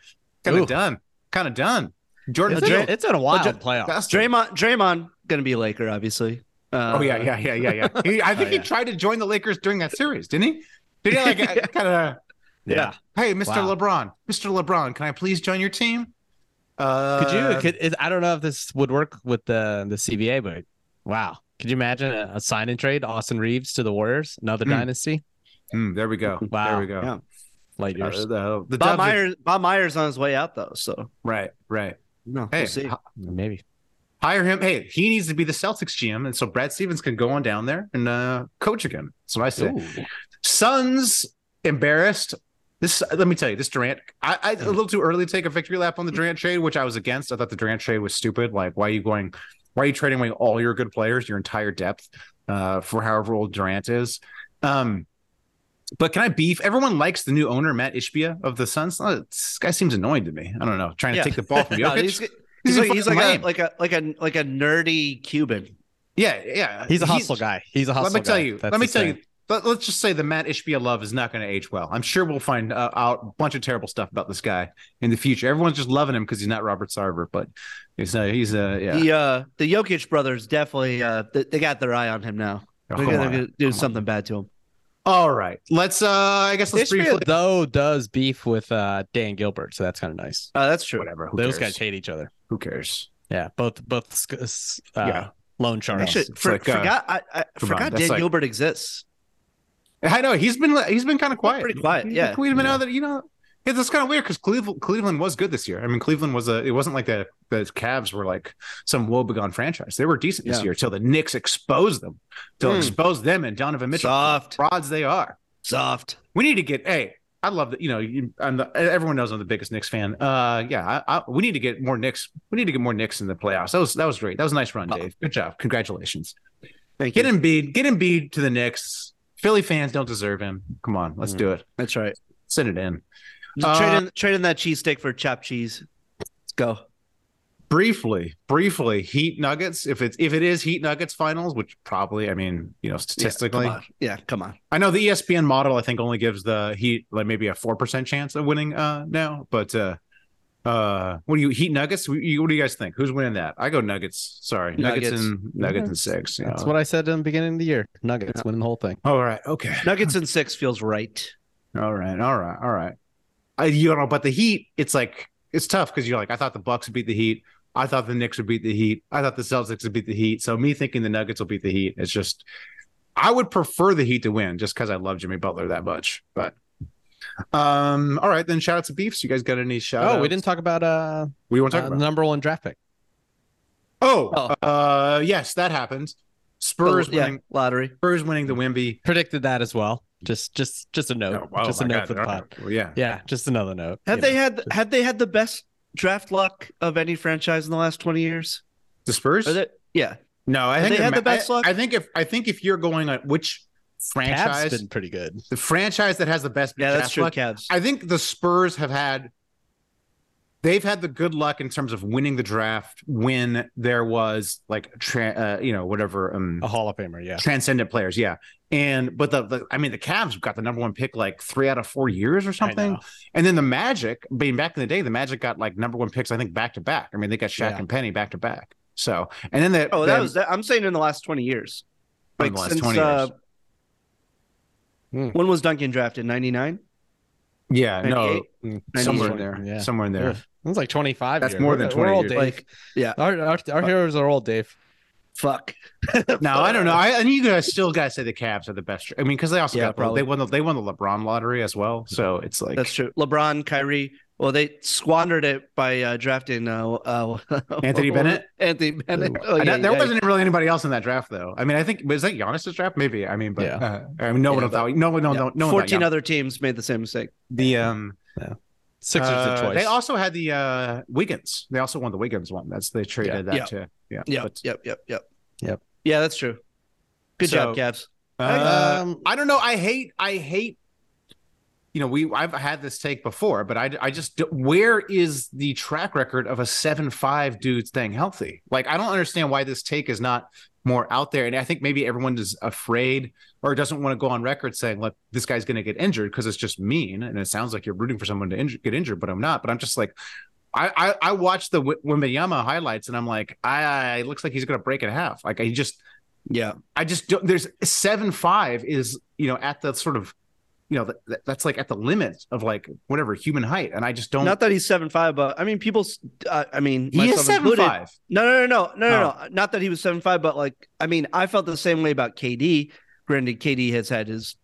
G: kind
H: Ooh.
G: of done. Kind of done. Jordan.
H: It's been,
G: Field-
H: a, it's been a wild
I: Dra-
H: playoff.
G: that's-
I: Draymond Draymond gonna be a Laker, obviously. Uh,
G: Oh yeah, yeah, yeah, yeah, yeah. He, I think
H: yeah.
G: he tried to join the Lakers during that series, didn't he? Did he like kind of?
H: yeah.
G: Hey, Mr.
H: Wow.
G: LeBron, Mr. LeBron, can I please join your team? Uh,
H: Could you? Could, is, I don't know if this would work with the the CBA, but wow. Could you imagine a, a sign and trade Austin Reeves to the Warriors, another
G: Mm.
H: dynasty?
G: Hmm, there we go.
H: Wow.
G: There we go.
I: Yeah.
H: Light
G: Uh,
H: years.
G: the, the
I: Bob
G: Dubs are-
I: Myers Bob Myers on his way out though, so
G: Right, right.
I: no,
G: Hey,
I: we'll see.
G: h-
H: Maybe.
G: hire him. Hey, he needs to be the Celtics GM, and so Brad Stevens can go on down there and uh, coach again. So I say, Suns embarrassed. This let me tell you, this Durant, I, I
I: Mm.
G: a little too early to take a victory lap on the Durant trade, which I was against. I thought the Durant trade was stupid. Like, why are you going? Why are you trading away all your good players, your entire depth, uh, for however old Durant is? Um, but can I beef? Everyone likes the new owner, Matt Ishbia of the Suns. Uh, this guy seems annoying to me. I don't know, trying
I: Yeah.
G: to take the ball from
I: No,
G: Jokic.
I: he's, he's
G: He's,
I: like, he's like a
G: lame.
I: like a like a like a nerdy Cuban.
G: yeah, yeah.
H: He's a hustle guy. He's a
G: Let
H: hustle
G: me
H: guy.
G: tell you.
H: That's
G: let me
H: his
G: tell
H: thing.
G: you. But let's just say the Matt Ishbia love is not going to age well. I'm sure we'll find uh, out a bunch of terrible stuff about this guy in the future. Everyone's just loving him because he's not Robert Sarver, but he's a, he's a yeah.
I: The uh the Jokic brothers definitely uh they, they got their eye on him now.
G: Oh,
I: They're
G: come
I: gonna,
G: on.
I: do something bad to him.
G: All right, let's. uh I guess let's
H: Ishbia,
G: briefly.
H: though, does beef with uh, Dan Gilbert, so that's kind of nice.
I: Uh, that's true.
G: Whatever. Who
H: Those
G: cares?
H: guys hate each other.
G: Who cares?
H: Yeah, both both sc- s- uh,
G: Yeah.
H: loan sharks.
I: Actually, for,
G: like, uh,
I: forgot I, I
G: on,
I: forgot
G: that's
I: Dan
G: like-
I: Gilbert exists.
G: I know he's been he's been kind of quiet.
I: pretty quiet, yeah.
G: Cleveland now that you know. Yeah, that's kind of weird because Cleveland, Cleveland was good this year. I mean, Cleveland was a. It wasn't like the the Cavs were like some woebegone franchise. They were decent this
I: Yeah.
G: year till the Knicks exposed them, till
I: Hmm.
G: expose them and Donovan Mitchell.
I: Soft.
G: frauds they are.
I: Soft.
G: We need to get. Hey, I love that. You know, you, I'm the, everyone knows I'm the biggest Knicks fan. Uh, yeah, I, I, we need to get more Knicks. We need to get more Knicks in the playoffs. That was that was great. That was a nice run,
I: Oh.
G: Dave. Good job. Congratulations.
I: Thank
G: Get Embiid. Get Embiid to the Knicks. Philly fans don't deserve him. Come on, let's do it.
I: That's right.
G: Send it in.
I: Just
G: Uh,
I: trade, in, trade in that cheesesteak for chopped cheese. Let's go.
G: Briefly, briefly, Heat Nuggets. If it's if it is Heat Nuggets finals, which probably, I mean, you know, statistically,
I: yeah, come on. Yeah, come on.
G: I know the E ESPN model I think only gives the Heat like maybe a four percent chance of winning uh now. But uh uh what do you Heat Nuggets? What do you what do you guys think? Who's winning that? I go Nuggets. Sorry. Nuggets,
I: Nuggets.
G: and Nuggets and six. you
H: That's
G: know.
H: what I said in the beginning of the year. Nuggets winning the whole thing.
G: All right, okay.
I: Nuggets and six feels right.
G: All right, all right, all right. I, you know, but the Heat, it's like it's tough because you're like, I thought the Bucks would beat the Heat. I thought the Knicks would beat the Heat. I thought the Celtics would beat the Heat. So me thinking the Nuggets will beat the Heat, it's just I would prefer the Heat to win just because I love Jimmy Butler that much. But um, all right, then shout out to Beefs. You guys got any shout
H: Oh, we didn't talk about uh,
G: we want to talk
H: uh,
G: about.
H: number one draft pick.
G: Oh, uh yes, that happened. Spurs
I: Oh, yeah,
G: winning
I: lottery.
G: Spurs winning the Wimby.
H: Predicted that as well. Just just just a note.
G: wow,
H: Oh, just a
G: my
H: note
G: God,
H: for the
G: all right.
H: pod.
G: Well, yeah.
H: Yeah, just another note.
I: Had
H: you
I: they
H: know.
I: had had they had the best draft luck of any franchise in the last twenty years?
G: The Spurs?
I: Are they, yeah,
G: No, I
I: Have
G: think
I: they
G: it
I: had
G: ma-
I: the best
G: I,
I: luck?
G: I think if I think if you're going on which
H: Cavs
G: franchise,
H: been pretty good.
G: the franchise that has the best
I: yeah, that's
G: draft
I: true.
G: luck,
I: Cavs.
G: I think the Spurs have had they've had the good luck in terms of winning the draft when there was like tra- uh, you know whatever um
H: A Hall of Famer, Oh, yeah.
G: transcendent players, yeah. And but the, the I mean the Cavs got the number one pick like three out of four years or something.
H: know.
G: And then the Magic, being back in the day, the Magic got like number one picks I think back to back. I mean they got Shaq
H: Yeah.
G: and Penny back to back. So and then the
I: oh, that
G: the-
I: was uh, that, I'm saying in the last twenty years.
G: in the last 20 years.
H: Hmm.
I: When was Duncan drafted? Ninety nine.
G: Yeah, no,
I: 98?
G: somewhere
I: 98?
G: in there,
H: Yeah.
G: somewhere in there.
H: Yeah. It was like 25.
G: That's
H: here.
G: more than
H: We're- we're
G: 20
H: old,
G: years.
H: Dave.
I: Like, yeah.
H: our, our, our heroes are old, Dave.
I: Fuck.
G: Now I don't know. I and you guys still gotta say the Cavs are the best. I mean, because they also
I: Yeah,
G: got they
I: probably.
G: won the they won the LeBron lottery as well. So it's like
I: That's true. LeBron, Kyrie. Well, they squandered it by uh, drafting uh, uh,
G: Anthony Bennett?
I: Anthony Bennett. Oh,
G: I know-
I: yeah,
G: there
I: yeah.
G: wasn't really anybody else in that draft though. I mean, I think was that Giannis's draft? Maybe. I mean, but
H: Yeah.
G: uh, I mean, no one
I: Yeah,
G: thought no one no
I: Yeah.
G: no no one thought
I: Fourteen
G: Giannis-
I: other teams made the same mistake.
G: the um
H: Sixers
G: uh,
H: are twice.
G: they also had the uh Wiggins. They also won the Wiggins one. That's they traded that
I: Yeah.
G: to yeah.
I: Yep.
G: But,
I: yep. Yep. Yep.
H: Yep.
I: Yeah, that's true. Good
G: So-
I: job, Cavs.
G: Uh,
H: Um,
G: I don't know. I hate. I hate. You know, we I've had this take before, but I I just where is the track record of a seven five dude staying healthy? Like I don't understand why this take is not more out there. And I think maybe everyone is afraid or doesn't want to go on record saying, "Look, this guy's going to get injured," because it's just mean. And it sounds like you're rooting for someone to injure, get injured, but I'm not. But I'm just like. I, I, I watched the Wi- Wimbayama highlights and I'm like, I, I it looks like he's gonna break in half. Like he just
I: Yeah.
G: I just don't. There's seven five is you know at the sort of you know that, that's like at the limit of like whatever human height, and I just don't.
I: Not that he's seven five, but I mean, people. s- Uh, I mean,
G: he is
I: myself
G: seven
I: included-
G: five.
I: No, no, no, no, no,
G: Oh.
I: no, no. Not that he was seven five, but like, I mean, I felt the same way about KD. Granted, KD has had his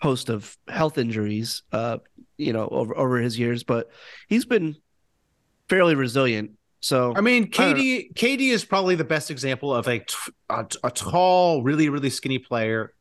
I: host of health injuries, uh, you know, over over his years, but he's been fairly resilient. So
G: I mean,
I: I don't
G: KD KD is probably the best example of a, t- a t- a tall, really really skinny player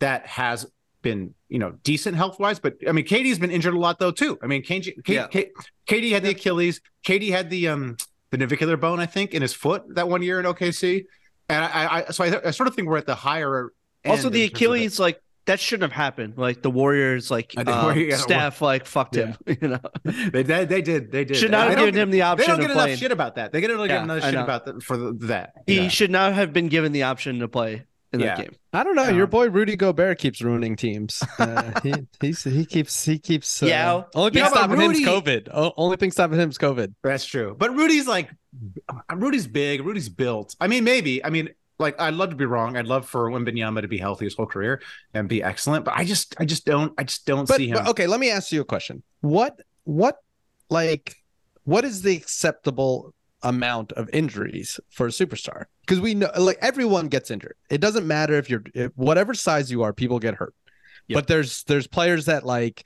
G: that has been you know decent health wise. But I mean, KD's been injured a lot though too. I mean, KD, K-
I: Yeah.
G: K- KD had the Achilles. KD had the um the navicular bone, I think, in his foot that one year in OKC. And I, I so I, I sort of think we're at the higher. end
I: also
G: in
I: the
G: terms of
I: Achilles, like that shouldn't have happened. Like the Warriors, like
G: I think
I: uh,
G: Warrior- yeah,
I: staff, like fucked him. You know,
G: They, they, they did. They did.
I: should not
G: They
I: have
G: don't
I: given
G: get-
I: him the
G: They
I: option
G: don't
I: of
G: get enough
I: playing.
G: shit about that. They get enough,
I: Yeah,
G: another
I: I
G: shit
I: know.
G: about the, for the, that.
I: He
G: Yeah.
I: should not have been given the option to play in that
G: Yeah.
I: game.
H: I don't know.
G: Yeah.
H: Your boy Rudy Gobert keeps ruining teams. Uh, he he's, he keeps he keeps. Uh,
I: Yeah.
H: Only thing
G: Yeah, but
H: stopping him is
G: Rudy-
H: COVID. O- only thing stopping him is COVID.
G: That's true. But Rudy's like, Rudy's big. Rudy's built. I mean, maybe. I mean, like, I'd love to be wrong. I'd love for Wimbenyama to be healthy his whole career and be excellent. But I just, I just don't, I just don't
H: But,
G: see him.
H: but okay, let me ask you a question. What what like what is the acceptable amount of injuries for a superstar because we know like everyone gets injured. It doesn't matter if you're if, whatever size you are, people get hurt.
I: Yep.
H: But there's there's players that like,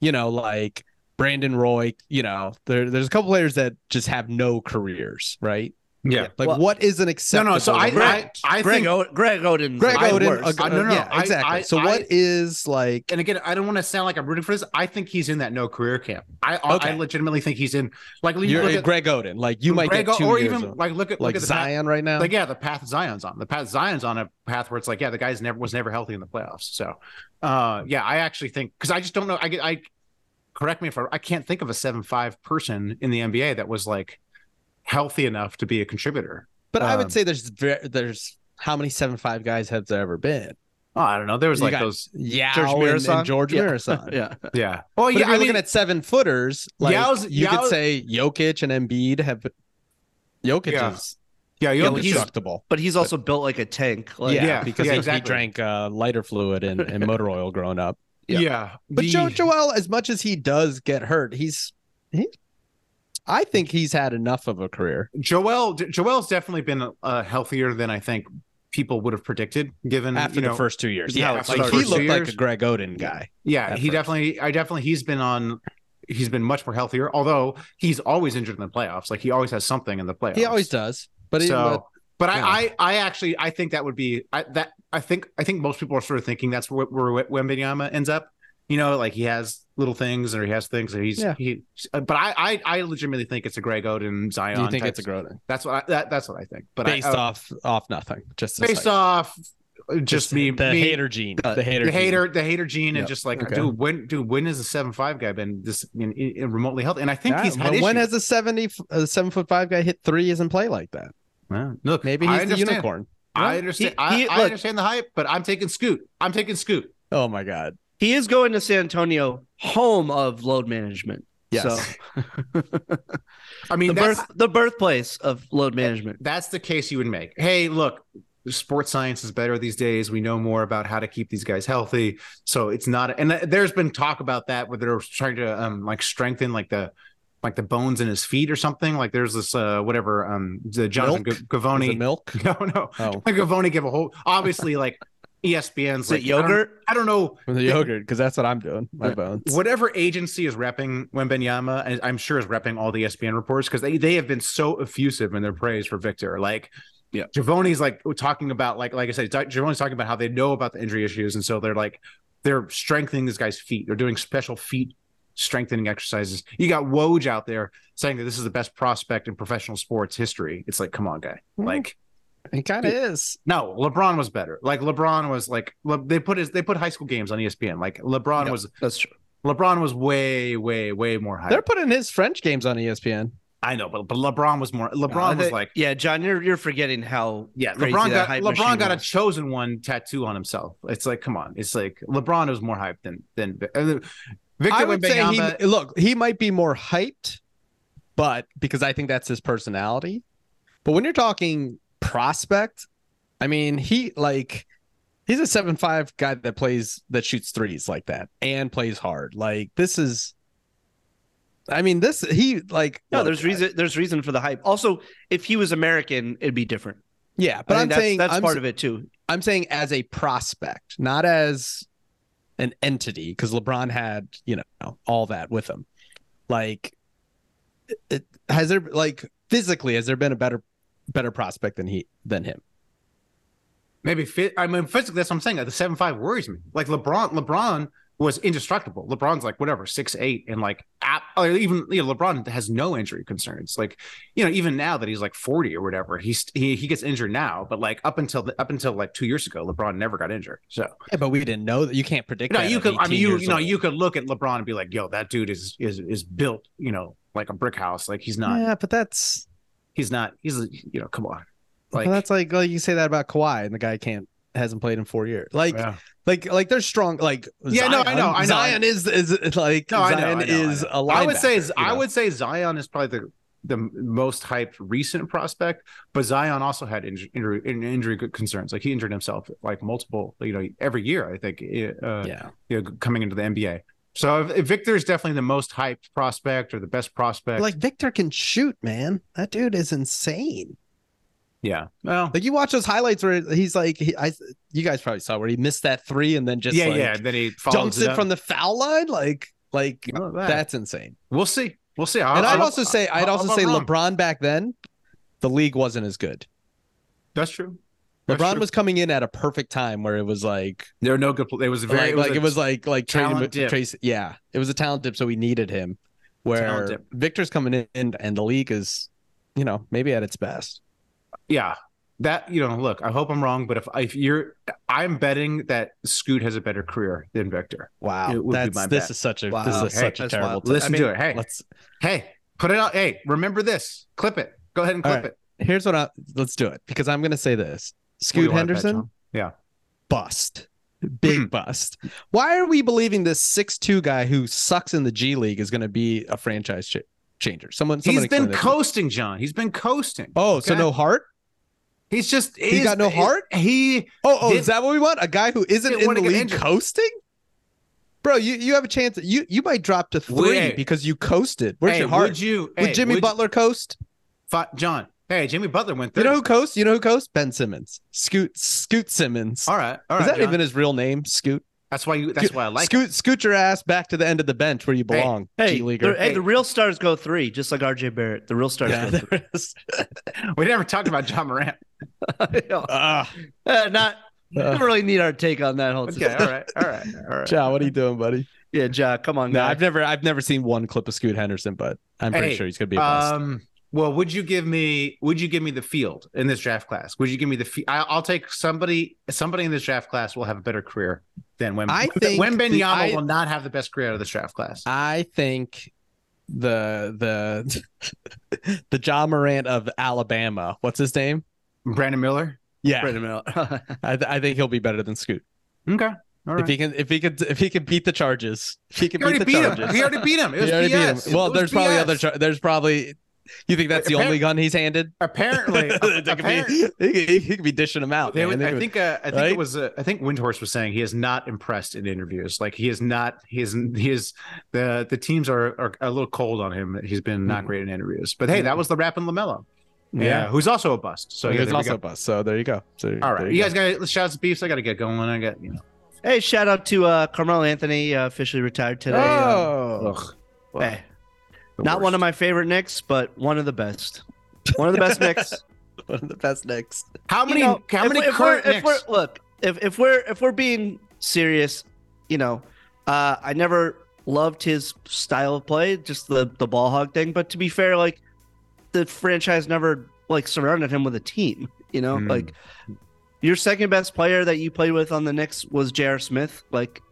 H: you know, like Brandon Roy. You know, there, there's a couple players that just have no careers, right?
G: Yeah.
H: Like
I: Well-
H: what is an
G: No,
H: acceptable?
G: no. So I, I,
I: Greg-
G: I
I: Greg
H: oh.
G: think,
I: o- Greg Oden.
H: Greg
G: I-
H: Oden.
G: worse.
H: uh,
G: I- no, no,
H: yeah,
G: I-
H: exactly.
G: I-
H: so
G: I-
H: what is like?
G: and again, I don't want to sound like I'm rooting for this. I think he's in that no career camp. I, I
H: Okay.
G: legitimately think he's in. Like you
H: You're
G: look
H: a
G: at
H: Greg Oden. Like you might
G: Greg
H: get
G: O-
H: two
G: or
H: years
G: even
H: of-
G: like look at
H: like
G: look at the path-
H: Zion right now.
G: like yeah, the path Zion's on. The path Zion's on a path where it's like yeah, the guy's never was never healthy in the playoffs. So uh yeah, I actually think because I just don't know. I get I correct me if I I can't think of a seven five person in the NBA that was like healthy enough to be a contributor.
H: but I
G: um,
H: would say there's ver- there's how many seven five guys have there ever been?
G: Oh, I don't know. There was
H: You
G: like
H: got-
G: those
H: Yeah,
I: George
H: and,
I: Marasan?
H: and George
I: Yeah.
H: Marasan.
I: Yeah.
G: yeah. Oh
H: But if
G: yeah,
H: you're
G: I
H: looking
G: mean,
H: at seven footers, like
G: Yao's-
H: you
G: Yao's-
H: could say Jokic and Embiid have Jokic
G: Yeah.
H: is
G: yeah, you
I: Yeah,
G: know,
I: but
G: he's-
I: he's-
H: indestructible.
I: But he's also built like a tank. Like,
H: yeah,
G: yeah,
H: because
G: yeah,
H: he, he
G: exactly.
H: drank uh, lighter fluid and, and motor oil growing up.
G: yeah.
I: yeah.
H: But
G: the-
H: Joe Joel, as much as he does get hurt, he's he, I think he's had enough of a career.
G: Joel Joel's definitely been uh, healthier than I think people would have predicted. Given
H: after
G: Mm, you know,
H: the first two years.
G: Yeah,
H: Yeah,
G: after
H: like
G: the
H: he
G: first two
H: looked like
G: years.
H: a Greg Oden guy.
G: Yeah,
H: at
G: he
H: first.
G: definitely, I definitely, he's been on, he's been much more healthier, although he's always injured in the playoffs. Like he always has something in the playoffs.
H: He always does. But, he,
G: so,
H: but
G: but
H: yeah.
G: I, I, I actually, I think that would be, I, that, I think, I think most people are sort of thinking that's where, where Wembenyama ends up. You know, like he has little things or he has things that he's,
H: Yeah.
G: he, uh, but I, I, I legitimately think it's a Greg Oden Zion.
H: do you think
G: type-
H: it's a Groden?
G: That's what I, that, that's what I think. But
H: Based
G: I, uh,
H: off off nothing. Just
G: based off just, me,
H: the
G: me, uh,
H: hater gene. The hater
G: the
H: gene.
G: hater, the hater gene, and
H: Yep.
G: just like,
H: Okay.
G: dude, when, dude, when has the seven five guy been this in, in, in remotely healthy? And I think
H: Yeah,
G: he's had
H: but when
G: issues.
H: has a seventy f- a seven foot five guy hit threes and play like that?
G: Well, look,
H: Maybe
G: I
H: he's the
G: understand.
H: unicorn.
G: I understand.
I: He-
G: I,
I: he-
G: I
I: look-
G: understand the hype, but I'm taking Scoot. I'm taking Scoot.
H: Oh my god.
I: He is going to San Antonio, home of load management.
H: Yes.
I: So
G: I mean,
I: the
G: that's,
I: birth, the birthplace of load management.
G: that's the case you would make. Hey, look, sports science is better these days. We know more about how to keep these guys healthy. So it's not. And th- there's been talk about that where they're trying to um like strengthen like the. Like the bones in his feet or something. Like there's this uh whatever um the Jonathan
H: Milk?
G: Ga-
H: Is it
G: Gavoni.
H: milk.
G: No, no.
H: Oh,
G: Like Gavoni give a whole obviously like E ESPN's
I: Is it
G: like I don't-
I: yogurt?
G: I don't, know
H: with the yogurt because that's what I'm doing. My bones.
G: whatever agency is repping Wembenyama, and I'm sure is repping all the E ESPN reports because they they have been so effusive in their praise for Victor. Like
I: Yeah.
G: Gavoni's like talking about like like I said, Di- Gavoni's talking about how they know about the injury issues, and so they're like they're strengthening this guy's feet. They're doing special feet strengthening exercises. You got Woj out there saying that this is the best prospect in professional sports history. It's like, come on, guy.
H: Mhm.
G: Like
H: It kind of is.
G: No, LeBron was better. Like LeBron was like Le- they put his they put high school games on E ESPN. Like LeBron
I: Yeah.
G: was
I: That's true.
G: LeBron was way way way more hype.
H: They're putting his French games on E ESPN.
G: I know, but but LeBron was more. LeBron
I: I
G: was
I: think-
G: like
I: yeah, John, you're you're forgetting how
G: yeah.
I: crazy
G: LeBron
I: that
G: got
I: hype
G: LeBron
I: machine
G: got a
I: was.
G: chosen one tattoo on himself. It's like come on. It's like LeBron was more hype than than uh, Victor
H: I would say
G: Wembanyama.
H: he look. He might be more hyped, but because I think that's his personality. But when you're talking prospect, I mean, he like he's a seven five guy that plays that shoots threes like that and plays hard. Like this is, I mean, this he like
I: No,
H: look,
I: there's reason there's reason for the hype. Also, if he was American, it'd be different.
H: Yeah, but
I: I think
H: I am
I: that's,
H: saying
I: that's
H: I'm,
I: part of it too.
H: I'm saying as a prospect, not as an entity, because LeBron had you know all that with him. Like, it- it, has there like physically has there been a better better prospect than he than him?
G: Maybe fit. I mean, physically, that's what I'm saying. The seven five worries me. Like LeBron, LeBron was indestructible. LeBron's like whatever six eight, and like at, or even you know LeBron has no injury concerns. Like you know, even now that he's like 40 or whatever, he's he he gets injured now, but like up until the, up until like two years ago, LeBron never got injured. So
H: Yeah, but we didn't know that. You can't predict.
G: no,
H: that
G: you
H: at
G: could. I
H: 18
G: mean, you
H: years
G: you know,
H: old.
G: you could look at LeBron and be like, yo, that dude is is is built, you know, like a brick house. Like he's not,
H: Yeah, but that's
G: he's not, he's you know, come on,
H: like,
G: like
H: that's like like you say that about Kawhi, and the guy can't hasn't played in four years. Like
G: Yeah.
H: like like they're strong. Like
G: Yeah, no, I know,
H: Zion-
G: I know.
H: Zion is is like
G: No, I know,
H: Zion
G: I know, I
H: is
G: know.
H: a linebacker.
G: I would say
H: you
G: I
H: know?
G: would say Zion is probably the the most hyped recent prospect, but Zion also had injury injury, injury concerns. Like he injured himself like multiple, you know, every year I think. uh,
H: yeah.
G: you know, coming into the NBA. So if, if Victor is definitely the most hyped prospect or the best prospect.
H: Like Victor can shoot, man. That dude is insane.
G: yeah. Well,
H: Like you watch those highlights where he's like, he, I, you guys probably saw where he missed that three and then just
G: yeah,
H: like,
G: yeah. Then he follows
H: dumps
G: it
H: it
G: up.
H: from the foul line. Like, like
G: Look at that.
H: that's insane.
G: We'll see. We'll see. I,
H: And
G: I-
H: I'd also say,
G: I-
H: I'd
G: I-
H: also
G: I'm
H: say
G: wrong.
H: LeBron back then, the league wasn't as good.
G: That's true. That's
H: LeBron
G: true.
H: was coming in at a perfect time where it was like,
G: There were no good. pl- It was very.
H: like, like it was like like trading
G: talent
H: with
G: dip.
H: Trace. Yeah, it was a talent dip, so we needed him. Where
G: Talent dip.
H: Victor's coming in, and, and the league is, you know, maybe at its best.
G: yeah. That you know, look. I hope I'm wrong, but if if you're, I'm betting that Scoot has a better career than Victor.
H: Wow,
G: It would be
H: that's
G: my
H: this
G: bet.
H: is such a
I: Wow.
H: this is
I: Hey,
H: such a
I: that's
H: terrible.
I: wild.
H: take.
G: Listen
H: I mean,
G: to it. Hey,
H: Let's
G: hey, put it out. Hey, remember this. Clip it. Go ahead and
H: All
G: clip
H: right.
G: it.
H: here's what I let's do it because I'm gonna say this:
G: What do you
H: Scoot
G: want, Pat
H: Henderson
G: John? Yeah. Hmm.
H: bust, big bust. Why are we believing this six two guy who sucks in the G League is gonna be a franchise ch- changer? Someone, someone
G: He's been
H: explain that to me.
G: coasting, John. He's been coasting.
H: Oh, so
G: okay?
H: no heart?
G: He's just
H: He
G: he's-
H: got no
G: he's-
H: heart?
G: He
H: Oh, oh,
G: Didn't-
H: is that what we want? A guy who isn't
G: Didn't
H: in
G: wanna
H: the
G: get
H: league
G: injured.
H: coasting? Bro, you, you have a chance. You you might drop to three
G: Wait.
H: because you coasted. Where's
G: hey,
H: your heart?
G: Would you?
H: would
G: hey,
H: Jimmy
G: would-
H: Butler coast?
G: Fi- John. Hey, Jimmy Butler went
H: You
G: third.
H: know who coasts? You know who coasts? Ben Simmons. Scoot Scoot Simmons.
G: all right, all right.
H: is that
G: John.
H: even his real name? Scoot.
G: That's why you. That's why I like. him.
H: Scoot scoot your ass back to the end of the bench where you belong.
I: Hey,
H: G
I: the,
H: leaguer.
I: hey, the real stars go three, just like RJ Barrett. The real stars
H: Yeah,
I: go three.
H: there is.
G: We never talked about John Morant.
H: Ah,
I: Uh, not we don't really need our take on that whole
G: Okay,
I: system.
G: all right, all right, all right.
H: John, what are you doing, buddy?
I: Yeah, Ja, come on,
H: No,
I: guy.
H: I've never I've never seen one clip of Scoot Henderson, but I'm pretty
G: Hey,
H: sure he's gonna be a bust.
G: Um, well, would you give me? Would you give me the field in this draft class? Would you give me the? Fe- I, I'll take somebody. Somebody in this draft class will have a better career than when.
H: I think
G: when
H: the-
G: Benyama
H: I- Uh,
G: will not have the best career out of this draft class.
H: I think the the the John Morant of Alabama. What's his name?
G: Brandon Miller.
H: Yeah,
I: Wait a minute.
H: I, th- I think he'll be better than Scoot
G: Okay. All right.
H: if he can. If he could. If he could beat the charges. If he can
G: He
H: beat
G: already
H: the
G: beat him.
H: charges.
G: He already beat him. It
H: He
G: was
H: already beat him.
G: BS. It
H: Well,
G: was
H: there's probably
G: BS.
H: other. Char- there's probably. You think that's the only
G: Apparently-
H: gun he's handed?
G: Apparently,
H: That could be-
G: apparently-
H: he, could be, he could be dishing him
I: Oh,
H: out.
G: They
H: man.
G: would,
H: They
G: I
H: would-
G: think uh, I think
H: right?
G: it was uh, I think Windhorse was saying he is not impressed in interviews. Like he is not he is he is the the teams are are a little cold on him. He's been
I: Mm-hmm.
G: not great in interviews. But hey, that was the rap and Lamelo. Yeah. who's also a bust. So
H: He
G: yeah,
H: was
G: there we
H: also
G: go.
H: a bust. So there you go. So,
G: all
H: there
G: right. You guys got shout out to Beefs. I got to get going. I got you know.
I: hey, shout out to uh, Carmelo Anthony, uh, officially retired today. Um,
H: Oh,
G: Ugh, Eh,
I: hey, not one of my favorite Knicks, but one of the best. One of the best Knicks.
H: one of the best Knicks.
G: how
I: You
G: many
I: know,
G: how
I: if
G: many
I: we're- if
G: current
I: we're, if
G: Knicks?
I: we're- look if, if we're if we're being serious you know uh i never loved his style of play just the the ball hog thing but to be fair like the franchise never like surrounded him with a team you know
G: Hmm.
I: like your second best player that you played with on the Knicks was J.R. Smith, like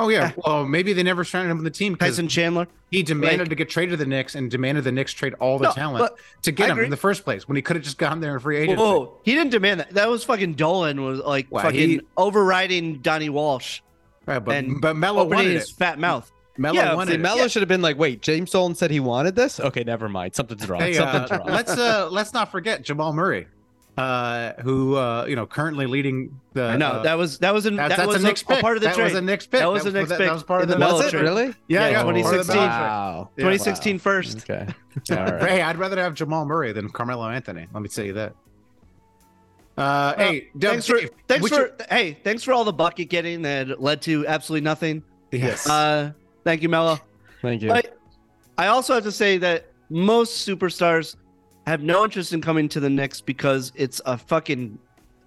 G: Oh yeah. Well, maybe they never signed him on the team because
I: Tyson Chandler.
G: he demanded
I: like-
G: to get traded to the Knicks and demanded the Knicks trade all the
I: No,
G: talent
I: but-
G: to get
I: I
G: him
I: agree.
G: in the first place when he could have just gone there in free agency.
I: Whoa, he didn't demand that. That was fucking Dolan was like
G: Wow,
I: fucking
G: he-
I: overriding Donnie Walsh,
G: Right, but
I: and
G: but Melo
I: opening
G: wanted
I: his
G: it.
I: fat mouth.
G: Melo
I: Yeah,
G: wanted
H: See,
G: it.
H: Mello should have been like, wait, James Dolan said he wanted this? Okay, never mind. Something's wrong.
G: Hey, uh,
H: Something's wrong.
G: let's uh, let's not forget Jamal Murray, uh, who uh, you know currently leading the.
I: I know
G: uh,
I: that was that was in,
G: that's,
I: that
G: that's
I: was
G: a Knicks pick.
I: part of the
G: that
I: trade.
G: was a Knicks pick.
I: That was a Knicks
G: that,
I: pick
G: That was part of
I: in
G: the
I: the Mello
G: Melo
H: was
G: trade.
H: it really?
G: Yeah,
I: Yeah,
G: yeah, part of the
I: 2016.
G: Melo trade.
H: Wow.
G: Yeah.
I: 2016 first.
H: Okay. All right.
G: Hey, I'd rather have Jamal Murray than Carmelo Anthony. Let me tell you that. Uh, hey, Doug,
I: Thanks for
G: Dave,
I: thanks
G: would
I: for
G: you-
I: hey thanks for all the bucket getting that led to absolutely nothing.
G: yes.
I: Uh, thank you, Mello.
H: Thank you.
I: But I also have to say that most superstars have no interest in coming to the Knicks because it's a fucking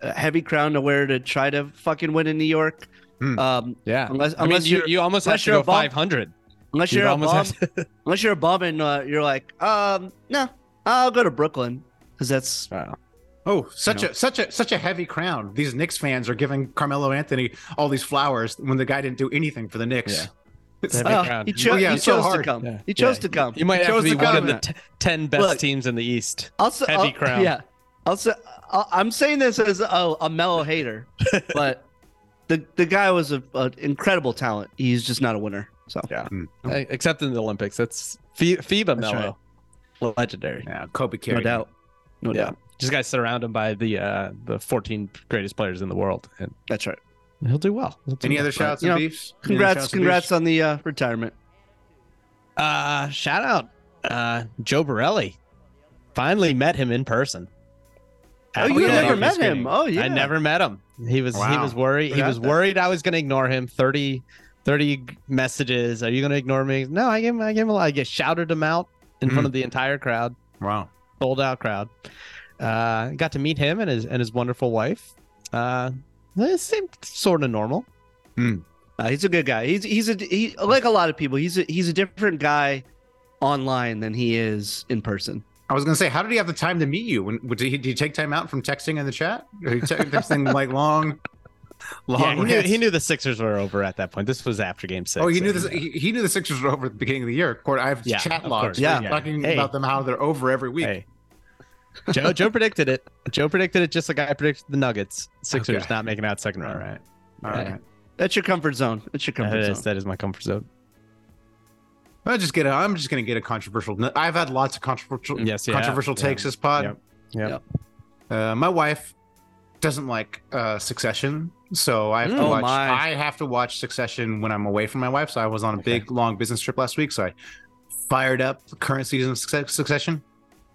I: uh, heavy crown to wear to try to fucking win in New York.
G: Hmm.
I: Um,
H: yeah.
I: unless-
H: I mean,
I: unless
H: you,
I: you're-
H: you almost
I: unless
H: have to
I: you're a
H: go
I: bum.
H: 500.
I: unless
H: You
I: you're a
H: almost
I: bum,
H: have to-
I: unless you're a bum and uh, you're like, um, no, I'll go to Brooklyn because that's
H: Wow.
G: oh, such
I: you
G: a such a such a heavy crown. These Knicks fans are giving Carmelo Anthony all these flowers when the guy didn't do anything for the Knicks.
H: Yeah.
G: It's
H: Heavy
I: Oh,
H: crown.
I: he, cho-
G: Oh, yeah,
I: he
G: it's so
I: chose to
G: hard.
I: come.
H: Yeah.
I: He chose
H: Yeah.
I: to come.
H: You might
I: he
H: have to
I: chose
H: be one of the
I: come.
H: t- 10 best
I: Look.
H: teams in the East.
I: Also,
H: heavy
I: I'll-
H: crown.
I: Yeah. Also, I- I'm saying this as a, a mellow hater, but the the guy was a an incredible talent. He's just not a winner. So
H: Uh, Except in the Olympics. That's F- FIBA Mello. Legendary.
G: yeah, Kobe
I: no
G: carried. him.
I: doubt, no
H: Yeah.
I: doubt.
H: Just got surrounded by the uh, the 14 greatest players in the world. And
I: That's right.
H: He'll do well. He'll do
G: Any
H: well.
G: other
H: But,
G: shouts
I: you
G: and
I: know,
G: beefs? Any other
I: Congrats,
G: shouts and
I: congrats
G: beefs?
I: on the uh, retirement.
H: Uh, shout out uh, Joe Borelli. Finally met him in person.
I: Oh, you
G: yeah.
H: After the
I: never
H: Lakers
I: met him.
H: game.
I: Oh, yeah.
H: I never met him. He was he
G: Wow.
H: was worried. He
I: Forgot
H: was
I: that.
H: worried I was going to ignore him. 30, 30 messages. Are you going to ignore me? No, I gave him. I gave him a lot. I just shouted him out in front
G: Mm.
H: of the entire crowd,
G: Wow.
H: sold out crowd. Uh, got to meet him and his and his wonderful wife. Uh, it seemed sort of normal.
I: Uh, he's a good guy. He's he's a he like a lot of people. He's a, he's a different guy online than he is in person.
G: I was gonna say, how did he have the time to meet you? When did he, did he take time out from texting in the chat? Or he te- texting like long, long.
H: Yeah, he knew,
G: rants?
H: he knew the Sixers were over at that point. This was after Game Six. uh,
G: Oh, he
H: so
G: knew this. He, he knew the Sixers were over at the beginning of the year. Of course, I have
H: Yeah,
G: chat
H: of
G: logs.
H: course.
G: where
I: Yeah.
G: he's talking
H: Hey.
G: about them how they're over every week.
H: Hey. Joe Joe predicted it. Joe predicted it just like I predicted the Nuggets. Sixers
G: Okay.
H: not making out second round.
G: All right, all
H: Hey.
G: right.
I: That's your comfort zone. That's your
H: That
I: comfort
H: is,
I: zone.
H: that is my comfort zone.
G: I'll just get. A, I'm just gonna get a controversial. I've had lots of controversial.
H: Yes, you have.
G: controversial
H: Yeah.
G: takes this pod.
H: Yep. Yep.
G: Uh, my wife doesn't like uh, Succession, so I have to
I: Mm. Oh,
G: watch.
I: my.
G: I have to watch Succession when I'm away from my wife. So I was on a big long business trip last week, so I fired up the current season of Succe- Succession.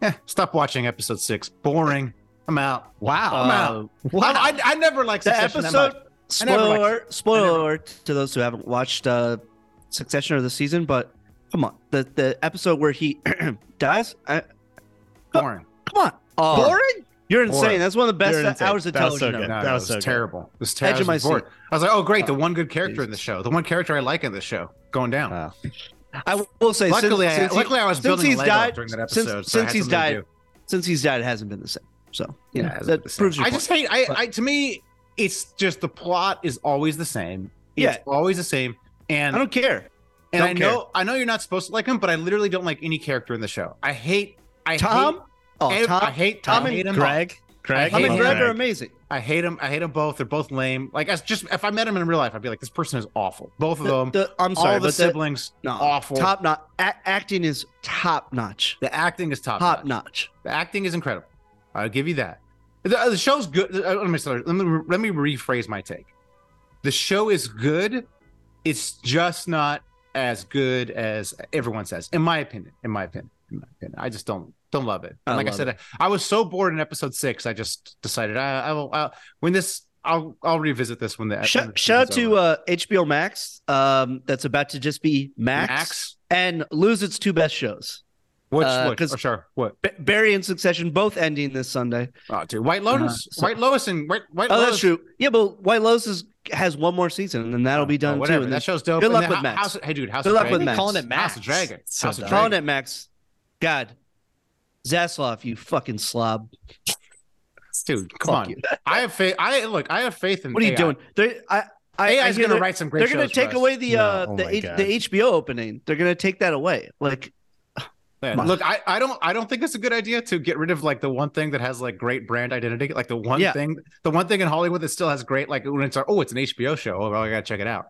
G: Eh, stop watching episode six. Boring. I'm out.
H: Wow.
G: I'm out.
I: Uh,
G: Wow. I, I, I never liked
I: the
G: Succession. that
I: episode
G: much. I never liked
I: spoiler spoiler alert to those who haven't watched uh, Succession or the season, but come on, the the episode where he dies. I,
G: Boring.
I: come on, oh, boring. You're insane.
G: Boring.
I: That's one of the
H: You're
I: best
H: insane.
I: hours of
H: That was so
I: television.
H: good.
I: ever.
G: No,
H: That
G: no,
H: was
G: it
H: so
G: was
H: good.
G: terrible. It was
I: Edge
G: terrible.
I: of
G: I was
I: my
G: bored. I was like, oh great, the one good character in the
I: Jesus.
G: show, the one character I like in the show, going down.
H: Wow.
I: I will say, since-
G: luckily, I,
I: since he-
G: luckily I was
I: since
G: building
I: he's
G: Lego
I: died-
G: during that
I: since-
G: episode. so I
I: since
G: had
I: he's
G: something to
I: died,
G: do.
I: since he's died, it hasn't been the same. So you know,
G: Yeah, it's
I: that
G: the same.
I: proves your
G: I
I: point.
G: just hate. I, I to me, it's just the plot is always the same. It's
I: Yeah.
G: always the same. And
I: I don't care.
G: and
I: don't
G: I know I know you're not supposed to like him, but I literally don't like any character in the show. I hate I
I: Tom, oh
G: Hate, ev- I
I: Tom,
G: hate
I: Tom
G: I
I: and
G: hate him.
H: Greg.
G: I
H: Greg.
I: Tom
G: hate
I: and
G: him.
I: Greg are amazing.
G: I hate him. I hate them both. They're both lame. Like as just if I met him in real life, I'd be like, this person is awful. Both of
I: The-
G: them.
I: the- I'm
G: all
I: sorry,
G: the
I: but the,
G: siblings,
I: no,
G: awful.
I: top notch. A- acting is top notch.
G: the acting is top.
I: Top
G: notch.
I: notch.
G: The acting is incredible. I'll give you that. The, the show's good. uh, Let me, sorry, let me let me rephrase my take. The show is good. It's just not as good as everyone says, in my opinion. In my opinion. In my opinion. I just don't don't love it. And
I: I
G: like I
I: love
G: said, I, I was so bored in episode six. I just decided I, I will I'll, when this I'll I'll revisit this when the when
I: Shout,
G: the
I: shout out
G: season's
I: to
G: over.
I: uh, HBO Max. Um, that's about to just be Max,
G: Max.
I: and lose its two best shows,
G: Which
I: uh,
G: what?
I: 'cause-
G: Oh, sure. What?
I: B- Barry and Succession, both ending this Sunday.
G: Oh, dude. White Lotus.
I: Uh, so-
G: White Lotus and White White
I: Oh,
G: Lotus.
I: that's true. Yeah, but White Lotus is, has one more season, and then that'll be
G: Oh,
I: done too.
G: whatever.
I: And
G: That show's dope.
I: Good
G: And
I: luck
G: then
I: with
G: Ho-
I: Max.
G: House, hey, dude. House
I: Good
G: of
I: luck
G: Dragon.
I: with Max.
H: Calling it Max.
G: House of Dragon.
H: So
G: House of
H: dumb.
G: Dragon.
I: Calling it Max. God, Zaslav, you fucking slob.
G: dude. Come
I: Fuck
G: on.
I: you.
G: I have faith. I look. I have faith in.
I: What are you
G: AI.
I: doing? They, I, I,
G: AI
I: I
G: is
I: hear
G: going to
I: they're-
G: write some great.
I: They're gonna
G: shows
I: take
G: for us.
I: away the
H: No,
I: uh,
H: oh
I: the,
H: my
I: H-
H: God.
I: the HBO opening. They're gonna take that away. Like
G: Yeah,
I: Come
G: Look, I, I don't I don't think it's a good idea to get rid of like the one thing that has like great brand identity, like the one
I: Yeah.
G: thing, the one thing in Hollywood that still has great like when it's our, oh it's an HBO show oh well, I gotta check it out.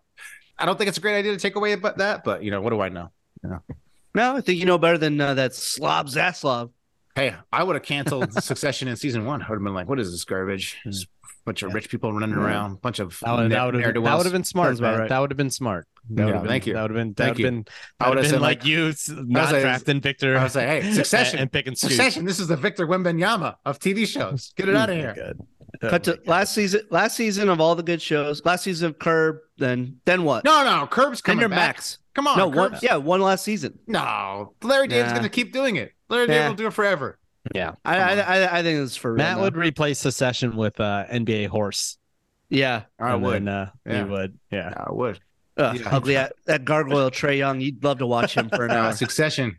G: I don't think it's a great idea to take away but that, but you know what do I know?
I: No, I think you know better than uh, that slob Zaslav.
G: Hey, I would have canceled Succession in season one. I would have been like, what is this garbage? It's a bunch of rich people running around, bunch of
H: Hmm. That would,
G: ne-
H: that would have been,
G: ne'er-do-wells.
H: that would have been smart.
I: Sounds about
H: man.
I: right.
H: That would have been smart. That
G: Yeah,
H: would have been,
G: thank you.
H: That would have been. That
G: Thank
H: would have been.
G: I
H: That would
G: would've
H: have
G: said,
H: been
G: like-
H: like you s- not
G: said-
H: drafting Victor.
G: I was like, hey, Succession,
H: and pick and scoop.
G: Succession. This is the Victor Wembanyama of TV shows. Get it out of
H: Oh my
G: here.
H: God.
I: Cut to last season. Last season of all the good shows. Last season of Curb. Then then what?
G: No, no, Curb's
I: then
G: coming
I: you're
G: back.
I: Max.
G: Come on,
I: no,
G: Curb.
I: one, yeah, one last season.
G: No, Larry David's
I: Nah.
G: gonna keep doing it. Larry David
I: Nah.
G: will do it forever.
I: I, I, I I think it's for real
H: Matt
I: now.
H: would replace the session with uh, NBA horse.
I: Yeah,
G: I
H: And
G: would.
H: then, uh,
G: Yeah.
H: You would. Yeah.
G: I would.
I: Ugh,
G: Yeah.
I: ugly at, that gargoyle Trey Young. You'd love to watch him for an
G: Uh,
I: hour.
G: succession.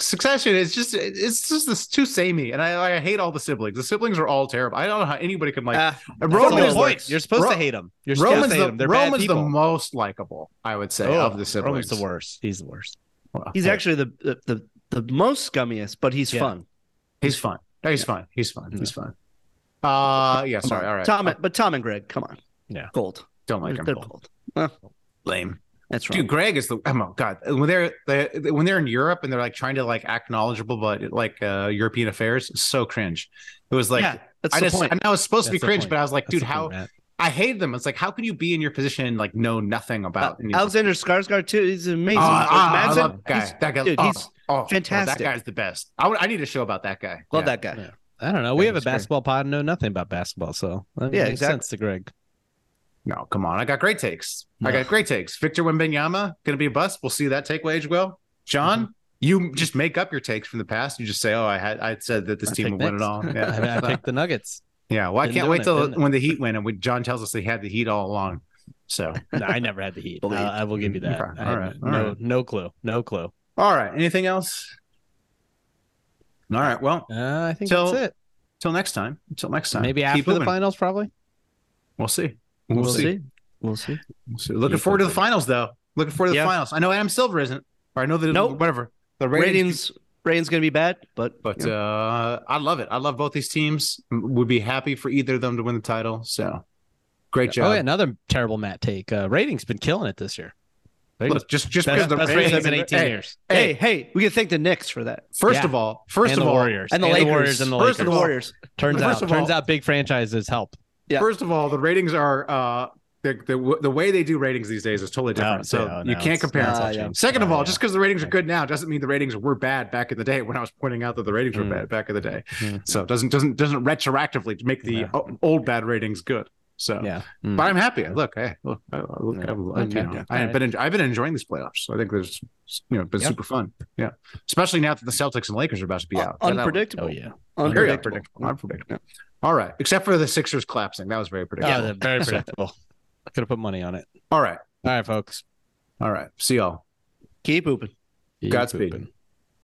G: Succession is just it's just this too samey, and I, I hate all the siblings. The siblings are all terrible. I don't know how anybody could like.
I: Ah,
G: And
H: Uh, That's the
G: Roman
H: whole
G: is
H: point.
G: like
H: You're supposed
G: Ro-
H: to hate him. You're supposed
G: Uh, Roman's
H: to hate him.
G: the
H: They're bad
G: Roman's the
H: people.
G: most likable, I would say,
H: Oh,
G: of the siblings.
H: Roman's the worst. He's the worst.
G: Well,
I: he's
G: hey,
I: actually the, the the the most scummiest, but he's
H: Yeah.
I: fun.
G: he's fun. No, he's fun. He's fun. He's fun. Uh, yeah. Sorry. All right.
I: Tom, and- but Tom and Greg, come on.
H: Yeah.
I: gold.
G: don't like
I: They're
G: him.
I: gold.
G: Lame.
I: That's right.
G: Dude, Greg is the oh my god. When they're they, when they're in Europe and they're like trying to like act knowledgeable but like uh European affairs, it's so cringe. It was like
I: yeah, that's
G: I
I: the
G: just
I: point.
G: and I was supposed to be
H: That's the
G: cringe,
H: point.
G: but I was like,
H: That's
G: dude,
H: the
G: how
H: point, Matt.
G: I hated them. It's like, how can you be in your position and like know nothing about?
H: Uh,
G: anything?
I: Alexander Skarsgård too. He's amazing.
G: Oh,
I: Like,
G: ah, I
I: Madsen,
G: love that guy.
I: he's-
G: that guy,
I: dude,
G: oh,
I: he's
G: oh, oh,
I: fantastic.
G: that guy's the best. I would- I need a show about that guy.
I: love
G: Yeah.
I: that guy.
H: Yeah. I don't know. We
G: Yeah,
H: have a
G: he's great.
H: basketball pod and know nothing about basketball, so that
I: Yeah,
H: makes
I: exactly.
H: sense to Greg.
G: No, come on. I got great takes. I got great takes. Victor Wembanyama gonna be a bust. We'll see that take wage well. John,
H: Mm-hmm.
G: you just make up your takes from the past. You just say, "Oh, I had I said that this
H: I
G: team would
H: picked
G: win it
H: Knicks.
G: all."
H: I, mean,
G: Yeah,
H: I picked the Nuggets.
G: yeah. Well, I
H: Didn't
G: can't
H: know
G: wait
H: it,
G: till
H: didn't I?
G: when the Heat win, and when John tells us they had the Heat all along. So,
H: No, I never had the Heat.
I: Believe.
H: I, I will give you that.
G: Okay.
H: I had
G: All right. All
H: no,
G: right.
H: no clue. No clue.
G: all right. Anything else? All right. Well,
H: Uh, I think
G: So,
H: that's it.
G: until next time. Until next time.
H: Maybe
G: Keep
H: after the
G: moving.
H: finals, probably.
G: We'll see. We'll, see.
H: We'll see.
G: We'll see. Looking
H: Yeah,
G: forward to the
H: hopefully.
G: finals, though. Looking forward to the
I: Yeah.
G: finals. I know Adam Silver isn't, or I know that
I: Nope.
G: whatever the
I: Ratings, ratings gonna be bad, but
G: But
I: you know,
G: uh, I love it. I love both these teams. M- Would be happy for either of them to win the title. So great job.
H: Oh, yeah, another terrible Matt take. Uh, rating's been killing it this year.
G: Look, just just because
H: Best,
G: the
H: best
G: ratings
H: ratings in 18
G: hey,
H: years.
I: hey,
G: Hey,
I: hey, we can thank the Knicks for that
G: first
H: Yeah.
G: of all, first
H: and
G: of
H: the
G: all,
H: Warriors.
I: and the
H: and
I: Lakers.
H: the Warriors and the
G: First
H: Lakers.
G: of
I: the
G: all-
I: Warriors.
H: turns
G: first
H: out,
G: of
H: turns
G: all-
H: out, big franchises help.
I: Yeah.
G: first of all, the ratings are uh, the, the the way they do ratings these days is totally different.
H: No,
G: so
H: no,
G: you
H: no,
G: can't
H: it's-
G: compare.
H: no,
I: Ah,
H: it's all
I: yeah.
H: changed.
G: Second of
H: Ah,
G: all,
H: yeah.
G: just because the ratings are good now doesn't mean the ratings were bad back in the day when I was pointing out that the ratings were
H: Mm.
G: bad back in the day.
H: Mm.
G: So it doesn't doesn't doesn't retroactively make the
H: Yeah.
G: o- old bad ratings good. So
H: yeah,
G: but I'm happy. Look, hey, look, I, I- look,
H: Yeah.
G: I've, I've, you
H: Okay.
G: know,
H: Yeah.
G: I've been en- I've been enjoying these playoffs. I think there's you know been
H: Yeah.
G: super fun. Yeah, especially now that the Celtics and Lakers are about to be
I: Un-
G: out. That- that-
I: unpredictable.
H: oh yeah,
G: Very
I: unpredictable.
G: unpredictable. Unpredictable. All right, except for the Sixers collapsing. That was very
H: yeah.
G: predictable.
H: very predictable. Could have Oh, put money on it.
G: All right,
H: All right, folks.
G: all right. See y'all.
I: Keep pooping.
H: Keep
G: Godspeed.
H: pooping.